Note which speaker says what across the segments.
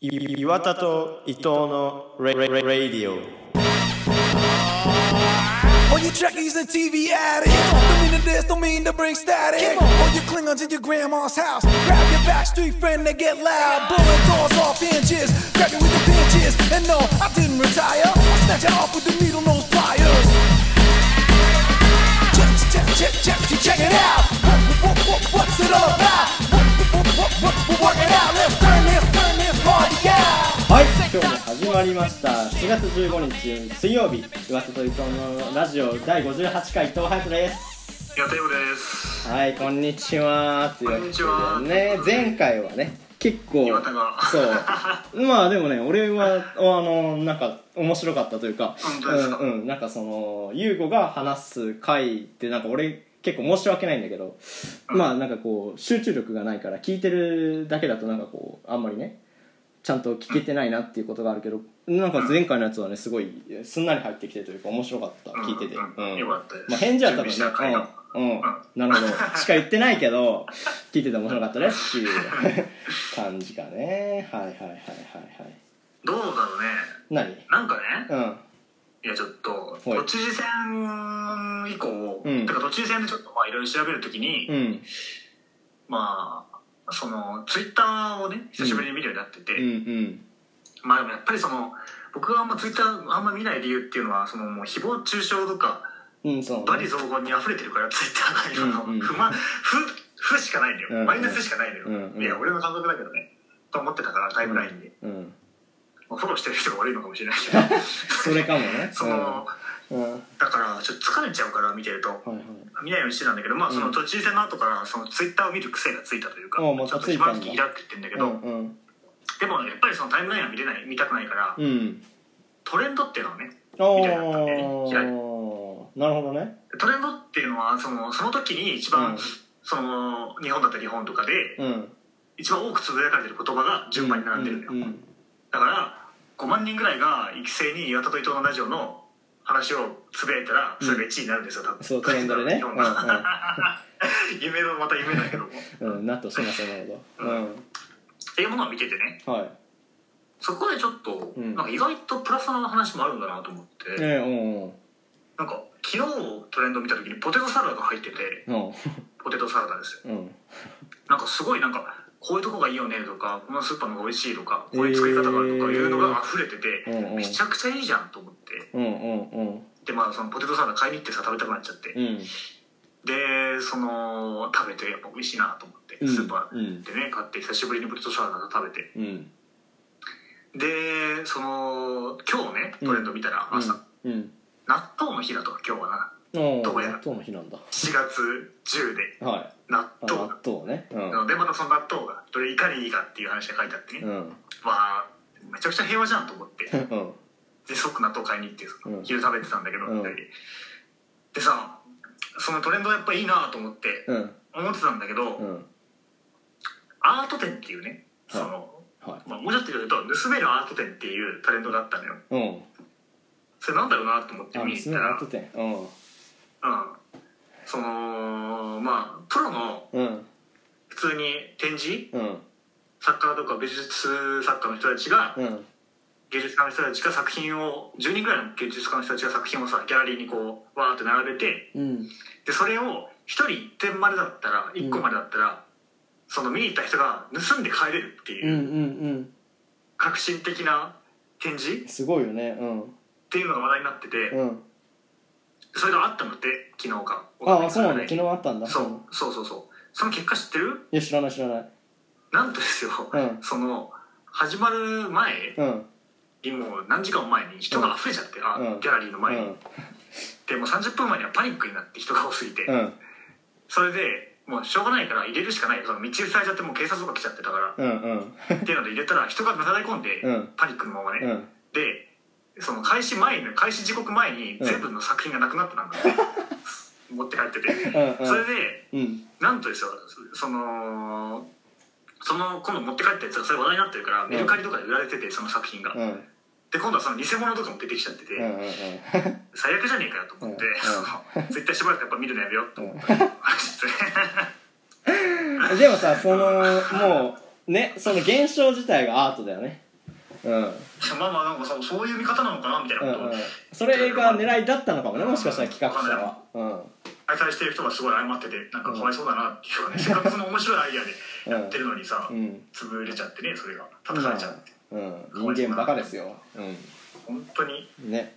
Speaker 1: い岩田と伊藤のレレレレディオ
Speaker 2: All you trekkies and TV addicts Don't mean to this, don't mean to bring static All you Klingons in your grandma's house Grab your backstreet friend, they get loud Blowing doors off inches Grab you with the pinches And no, I didn't retire I snatch it off with the needle nose pliers Check, check, check, check, check, check it out what, what, what, What's it all about? What, what, what, what, what, work it out Let's turn this, turn this party out
Speaker 1: はい今日も始まりました4月15日水曜日岩田と伊藤のラジオ第58回伊藤隼人です
Speaker 3: やテーブです。
Speaker 1: はいこんにちはというわけで
Speaker 3: こんに
Speaker 1: ね前回はね結構
Speaker 3: 岩田が
Speaker 1: そうまあでもね俺はあのなんか面白かったというか
Speaker 3: 本当ですか
Speaker 1: うんうんなんかその優吾が話す回ってなんか俺結構申し訳ないんだけど、まあなんかこう集中力がないから聞いてるだけだとなんかこうあんまりねちゃんと聞けてないなっていうことがあるけどなんか前回のやつはねすごいすんなり入ってきてというか面白かった聞いてて、
Speaker 3: うんうんよかったです
Speaker 1: まあ、返事は多分ね
Speaker 3: 準備した回の
Speaker 1: うん、うん、なるほどしか言ってないけど聞いてて面白かったですっていう感じかねはいはいはいはいはい
Speaker 3: どうだろうね。
Speaker 1: 何
Speaker 3: なんかね、
Speaker 1: うん
Speaker 3: いやちょっと、
Speaker 1: はい
Speaker 3: 都知事選以降、
Speaker 1: うん
Speaker 3: てか都知事選でちょっとまあいろいろ調べるときに、
Speaker 1: うん
Speaker 3: まあ、その、ツイッターをね、久しぶりに見るようになってて、
Speaker 1: うんうん
Speaker 3: まあでもやっぱりその、僕があんまツイッターあんま見ない理由っていうのは、そのもう誹謗中傷とか、
Speaker 1: うんそう
Speaker 3: 罵
Speaker 1: ね
Speaker 3: 詈雑言に溢れてるから、ツイッターが今
Speaker 1: うんうん
Speaker 3: の、不満、不、不しかないんだよ。
Speaker 1: うんうん
Speaker 3: マイナスしかないんだよ。
Speaker 1: うんうん
Speaker 3: いや、俺の感覚だけどね。と思ってたから、タイムラインで。
Speaker 1: うん
Speaker 3: まあフォローしてる人が悪いのかもしれないけど。
Speaker 1: それかもね
Speaker 3: その、
Speaker 1: うん、うん、は
Speaker 3: だからちょっと疲れちゃうから見てると、
Speaker 1: いはい
Speaker 3: 見ないようにしてたんだけどまあそ
Speaker 1: うん
Speaker 3: の都知事選の後からそのツイッターを見る癖がついたというか、
Speaker 1: ああま
Speaker 3: ちょ
Speaker 1: た
Speaker 3: っと
Speaker 1: つい
Speaker 3: 暇
Speaker 1: た
Speaker 3: なん
Speaker 1: だ
Speaker 3: 時イラって言ってんだけど、
Speaker 1: うん
Speaker 3: でもやっぱりそのタイムラインは見れない見たくないから、
Speaker 1: うんうん
Speaker 3: トレンドっていうのはね
Speaker 1: ああ
Speaker 3: みたいな感じで嫌い
Speaker 1: なるほどね
Speaker 3: トレンドっていうのはそのその時に一
Speaker 1: う
Speaker 3: 番、
Speaker 1: ん
Speaker 3: その日本だったら日本とかで
Speaker 1: うん
Speaker 3: 一番多くつぶやかれてる言葉が順番に並んでるんだよ、
Speaker 1: うんうん
Speaker 3: だから5万人ぐらいが育成に岩田と伊藤のラジオの話をつぶやいたらそれが1位になるんですよ、多分
Speaker 1: そうトレンドで ね
Speaker 3: 日本が 夢のまた夢だけども
Speaker 1: うんうんなっとしませんなるほどう
Speaker 3: っていうものを見ててね
Speaker 1: んはい
Speaker 3: そこでちょっと、
Speaker 1: うん
Speaker 3: なんか意外とプラスの話もあるんだなと思って、
Speaker 1: ええうんうん
Speaker 3: なんか昨日トレンド見た時にポテトサラダが入ってて
Speaker 1: うん
Speaker 3: ポテトサラダです
Speaker 1: う
Speaker 3: よ
Speaker 1: ん
Speaker 3: なんかすごいなんかこういうとこがいいよねとかこのスーパーのが美味しいとかこういう作り方があるとかいうのが溢れてて、
Speaker 1: うんうん
Speaker 3: めちゃくちゃいいじゃんと思って
Speaker 1: うんうんうん
Speaker 3: でまあそのポテトサラダ買いに行ってさ食べたくなっちゃって、
Speaker 1: うん
Speaker 3: でその食べてやっぱ美味しいなと思って、
Speaker 1: うん
Speaker 3: スーパ
Speaker 1: う
Speaker 3: ー
Speaker 1: ん
Speaker 3: でね買って久しぶりにポテトサラダ食べて
Speaker 1: うん
Speaker 3: でその今日ねトレンド見たら朝、
Speaker 1: うん
Speaker 3: 納豆の日だと今日はな
Speaker 1: うん
Speaker 3: どうやら
Speaker 1: 納豆の日なんだ
Speaker 3: 4月10で
Speaker 1: はい
Speaker 3: 納
Speaker 1: あ
Speaker 3: 豆
Speaker 1: 納豆ねうん
Speaker 3: なのでまたその納豆がどれいかにいいかっていう話が書いてあってね、
Speaker 1: う
Speaker 3: ま
Speaker 1: ん
Speaker 3: あめちゃくちゃ平和じゃんと思って
Speaker 1: うん
Speaker 3: で即納豆買いに行ってその
Speaker 1: うん
Speaker 3: 昼食べてたんだけど、
Speaker 1: うん
Speaker 3: 二人ででさそのトレンドやっぱいいなと思って
Speaker 1: うん
Speaker 3: 思ってたんだけど、
Speaker 1: うん
Speaker 3: アート展っていうねその、
Speaker 1: はい
Speaker 3: まあ、もうちょっと言うと「盗めるアート展」っていうトレンドがあったのよ
Speaker 1: うん
Speaker 3: それなんだろうなと思って
Speaker 1: あ
Speaker 3: 見に行っ
Speaker 1: 娘
Speaker 3: た
Speaker 1: の納
Speaker 3: ら
Speaker 1: 豆店うん
Speaker 3: うんそのまあプロの
Speaker 1: うん
Speaker 3: 普通に展示
Speaker 1: うん
Speaker 3: 作家とか美術作家の人たちが、
Speaker 1: うん
Speaker 3: 芸術家の人たちが作品を10人ぐらいの芸術家の人たちが作品をさギャラリーにこうわーって並べて
Speaker 1: うん
Speaker 3: でそれを1人1点までだったら1個までだったら、その見に行った人が盗んで帰れるって
Speaker 1: うんう
Speaker 3: いうん
Speaker 1: うん
Speaker 3: 革新的な展示っ
Speaker 1: すごいよねうん
Speaker 3: ていうのが話題になってて、
Speaker 1: うん
Speaker 3: それがあったのって昨日か
Speaker 1: ああそうなんだ昨
Speaker 3: 昨
Speaker 1: 日あったんだ
Speaker 3: そ
Speaker 1: ん
Speaker 3: うそうそうそうその結果知ってる
Speaker 1: いや知らない知らない
Speaker 3: なんとですよ、
Speaker 1: うん
Speaker 3: その始まる前
Speaker 1: うん
Speaker 3: にもう何時間も前に人が溢れちゃって、あ
Speaker 1: うん
Speaker 3: ギャラリーの
Speaker 1: う
Speaker 3: 前に、
Speaker 1: ん
Speaker 3: でもう30分前にはパニックになって人が多すぎて、
Speaker 1: うん
Speaker 3: それでもうしょうがないから入れるしかないその道塞いちゃってもう警察とか来ちゃってたから
Speaker 1: うんうん
Speaker 3: っていうので入れたら人がなだれ込んで、
Speaker 1: うん
Speaker 3: パニックのままね、
Speaker 1: うん
Speaker 3: でその開始前の開始時刻前に
Speaker 1: うん
Speaker 3: 全部の作品がなくなってたんだ、 持って帰ってて
Speaker 1: うん
Speaker 3: それで
Speaker 1: うん
Speaker 3: なんとですよそのその今度持って帰ったやつがそれ話題になってるから、
Speaker 1: ん
Speaker 3: メルカリとかで売られててその作品が、
Speaker 1: うんうん
Speaker 3: で今度はその偽物とかも出てきちゃってて、
Speaker 1: うんうん
Speaker 3: 最悪じゃねえかよと思って、
Speaker 1: うんうん
Speaker 3: そ の絶対しばらくやっぱ見るのやめようと思って、
Speaker 1: でもさそのもうねその現象自体がアートだよねうん
Speaker 3: まあまあなんかさそういう見方なのかなみたい
Speaker 1: う
Speaker 3: なこと
Speaker 1: ん
Speaker 3: を
Speaker 1: うん、それが狙いだったのかもねもしかしたら企画者は、う
Speaker 3: 開催してる人がすごい謝っててなんかかわいそうだなっていうかね、せっかくその面白いアイデアでやってるのにさ、
Speaker 1: んうん
Speaker 3: 潰れちゃってねそれが叩かれちゃって、
Speaker 1: うん、人間バカですよ、
Speaker 3: 本当に
Speaker 1: うん、ね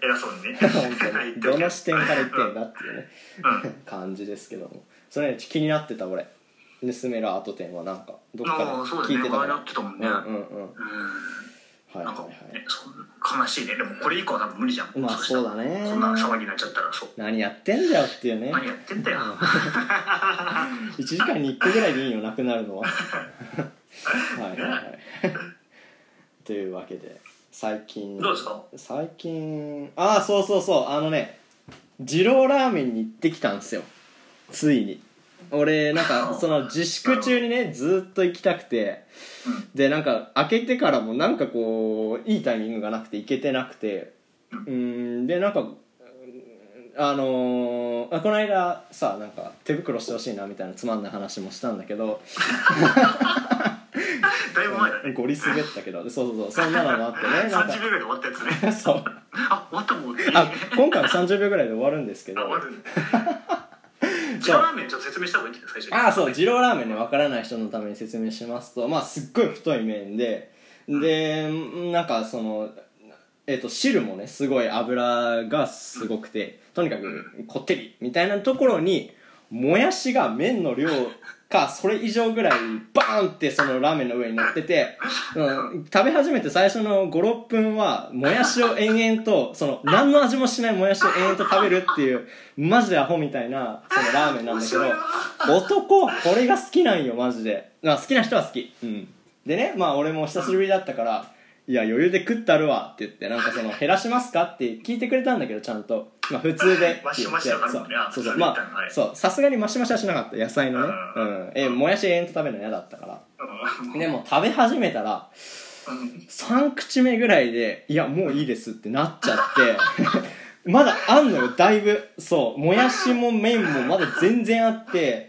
Speaker 3: 偉そうにね
Speaker 1: 本 当にどの視点から言ってんだっていうね
Speaker 3: うん
Speaker 1: 感じですけどもそれね気になってた俺「盗めるアート展」はなんかどっかで
Speaker 3: ああそうだね
Speaker 1: 聞いてたか
Speaker 3: 話
Speaker 1: ら
Speaker 3: 題になってたもんね
Speaker 1: うんうんうんはい
Speaker 3: な
Speaker 1: は
Speaker 3: んかね
Speaker 1: いはい
Speaker 3: そう悲しいねでもこれ以降は多分無理じゃん
Speaker 1: まあ
Speaker 3: したら
Speaker 1: そうだね
Speaker 3: こんな騒ぎになっちゃったらそう
Speaker 1: 何やってんだよっていうね
Speaker 3: 何やってんだ よ
Speaker 1: 1時間に1個ぐらいでいいよなくなる のははいはいはいというわけで最近
Speaker 3: どうですか
Speaker 1: 最近ああそうそうそうあのね二郎ラーメンに行ってきたんですよついに俺なんか その自粛中にねずーっと行きたくてでなんか開けてからもなんかこういいタイミングがなくて行けてなくてうーんでなんかうんあのーあこの間さなんか手袋してほしいなみたいなつまんない話もしたんだけど
Speaker 3: だいぶ前だね
Speaker 1: ゴリ滑ったけどでそうそうそうそんなのもあってね なん
Speaker 3: 30秒ぐらいで終わった やつね
Speaker 1: かそう
Speaker 3: あ終わったもんね
Speaker 1: あ今回は30秒ぐらいで終わるんですけど
Speaker 3: あ終わる んだジラーメンちょっと説明した方がいいんじゃない最初に
Speaker 1: ああそう二郎ラーメンねわからない人のために説明しますとまあすっごい太い麺ででなんかそのえっと汁もねすごい油がすごくてとにかくこってりみたいなところにもやしが麺の量 かそれ以上ぐらいバーンってそのラーメンの上に乗ってて、うん、食べ始めて最初の56分はもやしを延々とその何の味もしないもやしを延々と食べるっていうマジでアホみたいなそのラーメンなんだけど
Speaker 3: 面白いな
Speaker 1: 男これが好きなんよマジで、まあ、好きな人は好き、うん、でねまあ俺も久しぶりだったから「いや余裕で食ったるわ」って言ってなんかその「減らしますか?」って聞いてくれたんだけどちゃんと、まあ、普通でって
Speaker 3: マシ
Speaker 1: 言
Speaker 3: マ
Speaker 1: っ
Speaker 3: シ
Speaker 1: て
Speaker 3: だから
Speaker 1: そう
Speaker 3: ねあ
Speaker 1: そうそう
Speaker 3: 普通で
Speaker 1: ま
Speaker 3: みたいなはい
Speaker 1: あそうさすがにマシマシはしなかった野菜のね
Speaker 3: う
Speaker 1: うんんえもやし延々と食べるの嫌だったからでも食べ始めたら
Speaker 3: うん
Speaker 1: 3口目ぐらいで「いやもういいです」ってなっちゃってまだあんのよだいぶそうもやしも麺もまだ全然あって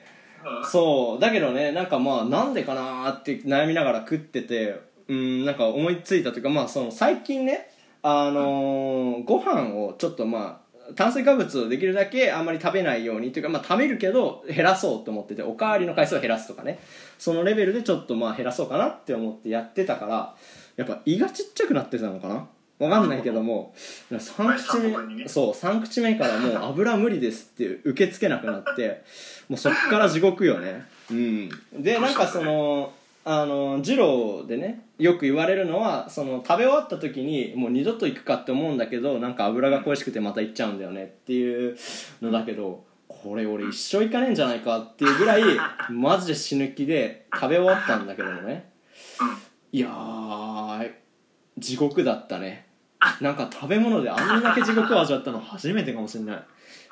Speaker 1: そうだけどねなんかまあなんでかなーって悩みながら食っててうんなんか思いついたというかまあその最近ねあのーご飯をちょっとまあ炭水化物をできるだけあんまり食べないようにというかまあ食べるけど減らそうと思ってておかわりの回数を減らすとかねそのレベルでちょっとまあ減らそうかなって思ってやってたからやっぱ胃がちっちゃくなってたのかなわかんないけども3口
Speaker 3: お前さん他に
Speaker 1: 目
Speaker 3: ね
Speaker 1: そう3口目から もう油無理ですって受け付けなくなってもうそっから地獄よねうんでなんかそのあの二郎でねよく言われるのはその食べ終わった時にもう二度と行くかって思うんだけどなんか油が恋しくてまた行っちゃうんだよねっていうのだけどこれ俺一生行かねえんじゃないかっていうぐ らいマジで死ぬ気で食べ終わったんだけどもねいやー地獄だったねなんか食べ物であんだけ地獄を味わったの初めてかもしれない
Speaker 3: あ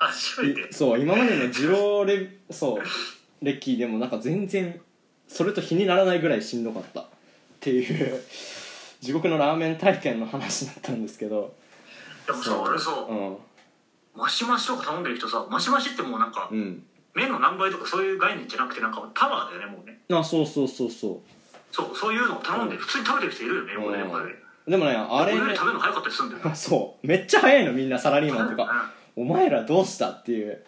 Speaker 3: 初めて
Speaker 1: そう今までの二郎レそうレッキーでもなんか全然それと比にならないぐらいしんどかったっていう地獄のラーメン体験の話だったんですけど
Speaker 3: でもさ俺そう
Speaker 1: うん
Speaker 3: マシマシとか頼んでる人さマシマシってもうなんか
Speaker 1: うん
Speaker 3: 麺の何倍とかそういう概念じゃなくてなんかタワーだよねもうね
Speaker 1: あそうそうそうそ
Speaker 3: そうそういうのを頼んで普通に食べてる人いるよね
Speaker 1: う、
Speaker 3: 俺の中で
Speaker 1: うん、でもねあれ
Speaker 3: 俺
Speaker 1: ね
Speaker 3: より食べるの早かったりするんだよ ね
Speaker 1: そうめっちゃ早いのみんなサラリーマンとかお前らどうしたっていう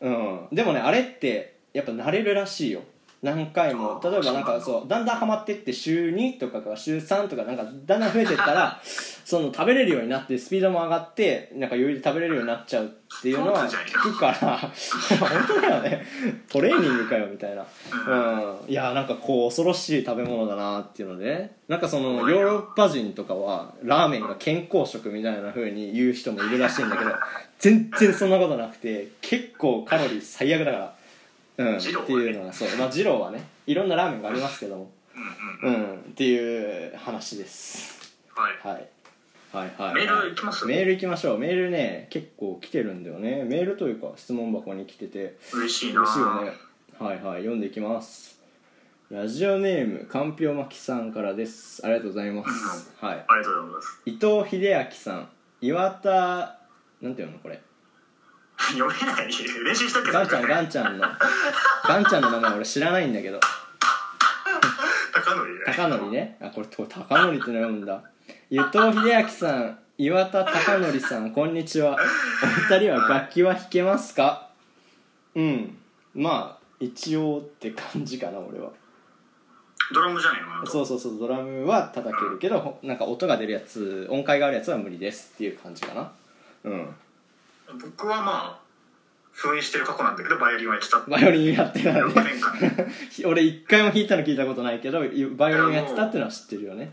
Speaker 1: うんでもねあれってやっぱ慣れるらしいよ何回も
Speaker 3: あー
Speaker 1: 例えばなん
Speaker 3: そうなん
Speaker 1: か
Speaker 3: だ
Speaker 1: そうだんだんハマってって週2とかか週3とかなんかだんだん増えてったら その食べれるようになってスピードも上がってなんか余裕で食べれるようになっちゃうっていうのは
Speaker 3: そうなんじ
Speaker 1: 聞
Speaker 3: ゃん
Speaker 1: くから 本当だよねトレーニングかよみたいなうんいやーなんかこう恐ろしい食べ物だなっていうのでねなんかそのヨーロッパ人とかはラーメンが健康食みたいな風に言う人もいるらしいんだけど全然そんなことなくて結構カロリー最悪だからうんって
Speaker 3: 二郎はね
Speaker 1: いうのがそうまあ二郎はねいろんなラーメンがありますけども
Speaker 3: うんうん
Speaker 1: うんっていう話です
Speaker 3: はい
Speaker 1: はいはいはい
Speaker 3: メールいきます
Speaker 1: メールいきましょうメールね結構来てるんだよねメールというか質問箱に来てて
Speaker 3: 嬉しいな
Speaker 1: 嬉しいよねはいはい読んでいきますラジオネームかんぴょうまきさんからですありがとうございます、はい
Speaker 3: ありがとうございます
Speaker 1: 伊藤秀明さん岩田なんていうのこれ
Speaker 3: 読めない 練習したっけど
Speaker 1: ガンちゃんガンちゃんのガンちゃんの名前俺知らないんだけど
Speaker 3: 高高典だ
Speaker 1: 高典ねあこれと高典って読むんだ伊藤英明さん岩田高典さんこんにちはお二人は楽器は弾けますかうんまあ一応って感じかな俺は
Speaker 3: ドラムじゃないのなんか
Speaker 1: そうそうそうドラムは叩けるけどほなんか音が出るやつ音階があるやつは無理ですっていう感じかなうん
Speaker 3: 僕はまあ封印してる過去なんだけどバイオリンはやってたって
Speaker 1: バイオリンやってたらね
Speaker 3: 6年間
Speaker 1: 俺一回も弾いたの聞いたことないけどバイオリンやってたってのは知ってるよね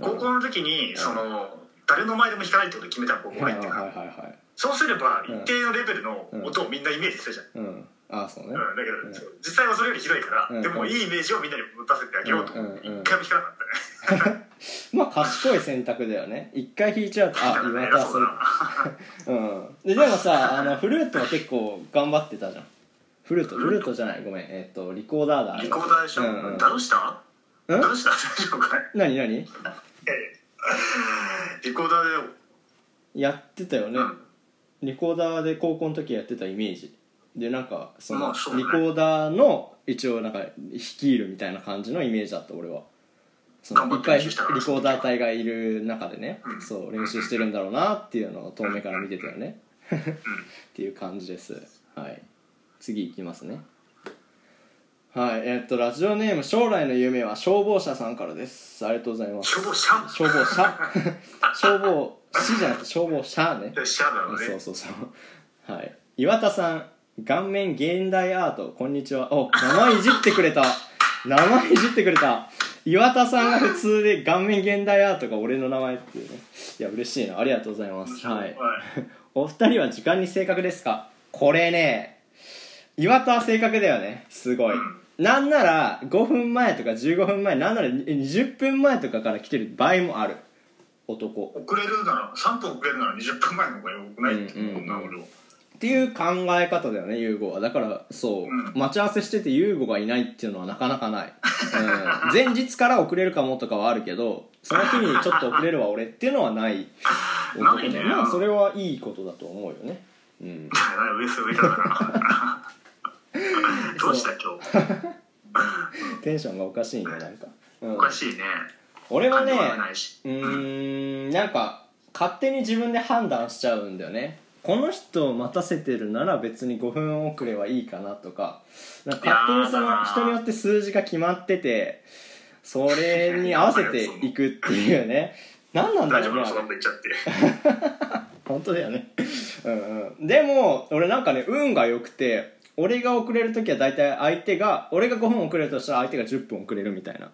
Speaker 3: 高校の時にその誰の前でも弾かないってこと決めたの高校
Speaker 1: はい
Speaker 3: 入
Speaker 1: はい
Speaker 3: って
Speaker 1: はい
Speaker 3: から、
Speaker 1: はい
Speaker 3: そうすれば一定のレベルの音をみんなイメージするじゃん、
Speaker 1: うんああそうね
Speaker 3: うんだけど、そう実際はそれよりひどいから、
Speaker 1: うん
Speaker 3: でもいいイメージをみんなに持たせてあげようと思って
Speaker 1: うんうんうん
Speaker 3: 一回も弾かなかったね
Speaker 1: まあ賢い選択だよね一回弾いちゃうとあ
Speaker 3: だから
Speaker 1: 岩田
Speaker 3: ね偉
Speaker 1: は
Speaker 3: そ
Speaker 1: そうれ
Speaker 3: だな
Speaker 1: うんででもさあのフルートは結構頑張ってたじゃんフルートフルートじゃないごめんえっとリコーダーだ
Speaker 3: リコーダーでしょ、
Speaker 1: うんうん
Speaker 3: どうした
Speaker 1: うん
Speaker 3: どうした 大丈夫かい
Speaker 1: 何何
Speaker 3: いやいやリコーダーで
Speaker 1: やってたよね、
Speaker 3: うん
Speaker 1: リコーダーで高校の時やってたイメージでなんかその
Speaker 3: まあそうね
Speaker 1: リコーダーの一応なんか率いるみたいな感じのイメージだった俺はその一
Speaker 3: 頑張って
Speaker 1: 回
Speaker 3: 練
Speaker 1: リ
Speaker 3: 習
Speaker 1: コ
Speaker 3: したら
Speaker 1: ーダー隊がいる中でね
Speaker 3: うん
Speaker 1: そう練習してるんだろうなっていうのを遠目から見てたよね っていう感じですはい次いきますねはいえっとラジオネーム将来の夢は消防車さんからですありがとうございます
Speaker 3: 消防車
Speaker 1: 消防車 消防士じゃなくて消防車ね
Speaker 3: 車だろうね
Speaker 1: そうそうそうはい岩田さん顔面現代アートこんにちは お名前いじってくれた名前いじってくれた岩田さんが普通で顔面現代アートが俺の名前っていうねいや嬉しいなありがとうございますはい
Speaker 3: はい
Speaker 1: お二人は時間に正確ですかこれね岩田は正確だよねすごいなんなら5分前とか15分前なんなら20分前とかから来てる場合もある男
Speaker 3: 遅れるなら3分遅れるなら20分前の方がよくないって
Speaker 1: うんうん
Speaker 3: 思うな俺は
Speaker 1: っていう考え方だよねユーゴはだからそう、
Speaker 3: うん
Speaker 1: 待ち合わせしててユーゴがいないっていうのはなかなかない、うん、前日から遅れるかもとかはあるけどその日にちょっと遅れるわ俺っていうのは ない男
Speaker 3: ないね
Speaker 1: でまあそれはいいことだと思うよねうん
Speaker 3: 上す 上からだなどうした今日
Speaker 1: テンションがおかしいねなんか、うん
Speaker 3: お、かしいね
Speaker 1: 俺はね
Speaker 3: 感情がないし
Speaker 1: うーんなんか勝手に自分で判断しちゃうんだよねこの人を待たせてるなら別に5分遅れはいいかなとかなんか勝手にそ
Speaker 3: いやーだ
Speaker 1: の
Speaker 3: な
Speaker 1: 人によって数字が決まっててそれに合わせていくっていうね何なんだ
Speaker 3: 大
Speaker 1: ろうね
Speaker 3: 丈夫
Speaker 1: あ
Speaker 3: な
Speaker 1: れ
Speaker 3: そのこと言っちゃって
Speaker 1: 本当だよねうん、うん、でも俺なんかね運が良くて俺が遅れる時は大体相手が俺が5分遅れるとしたら相手が10分遅れるみたいな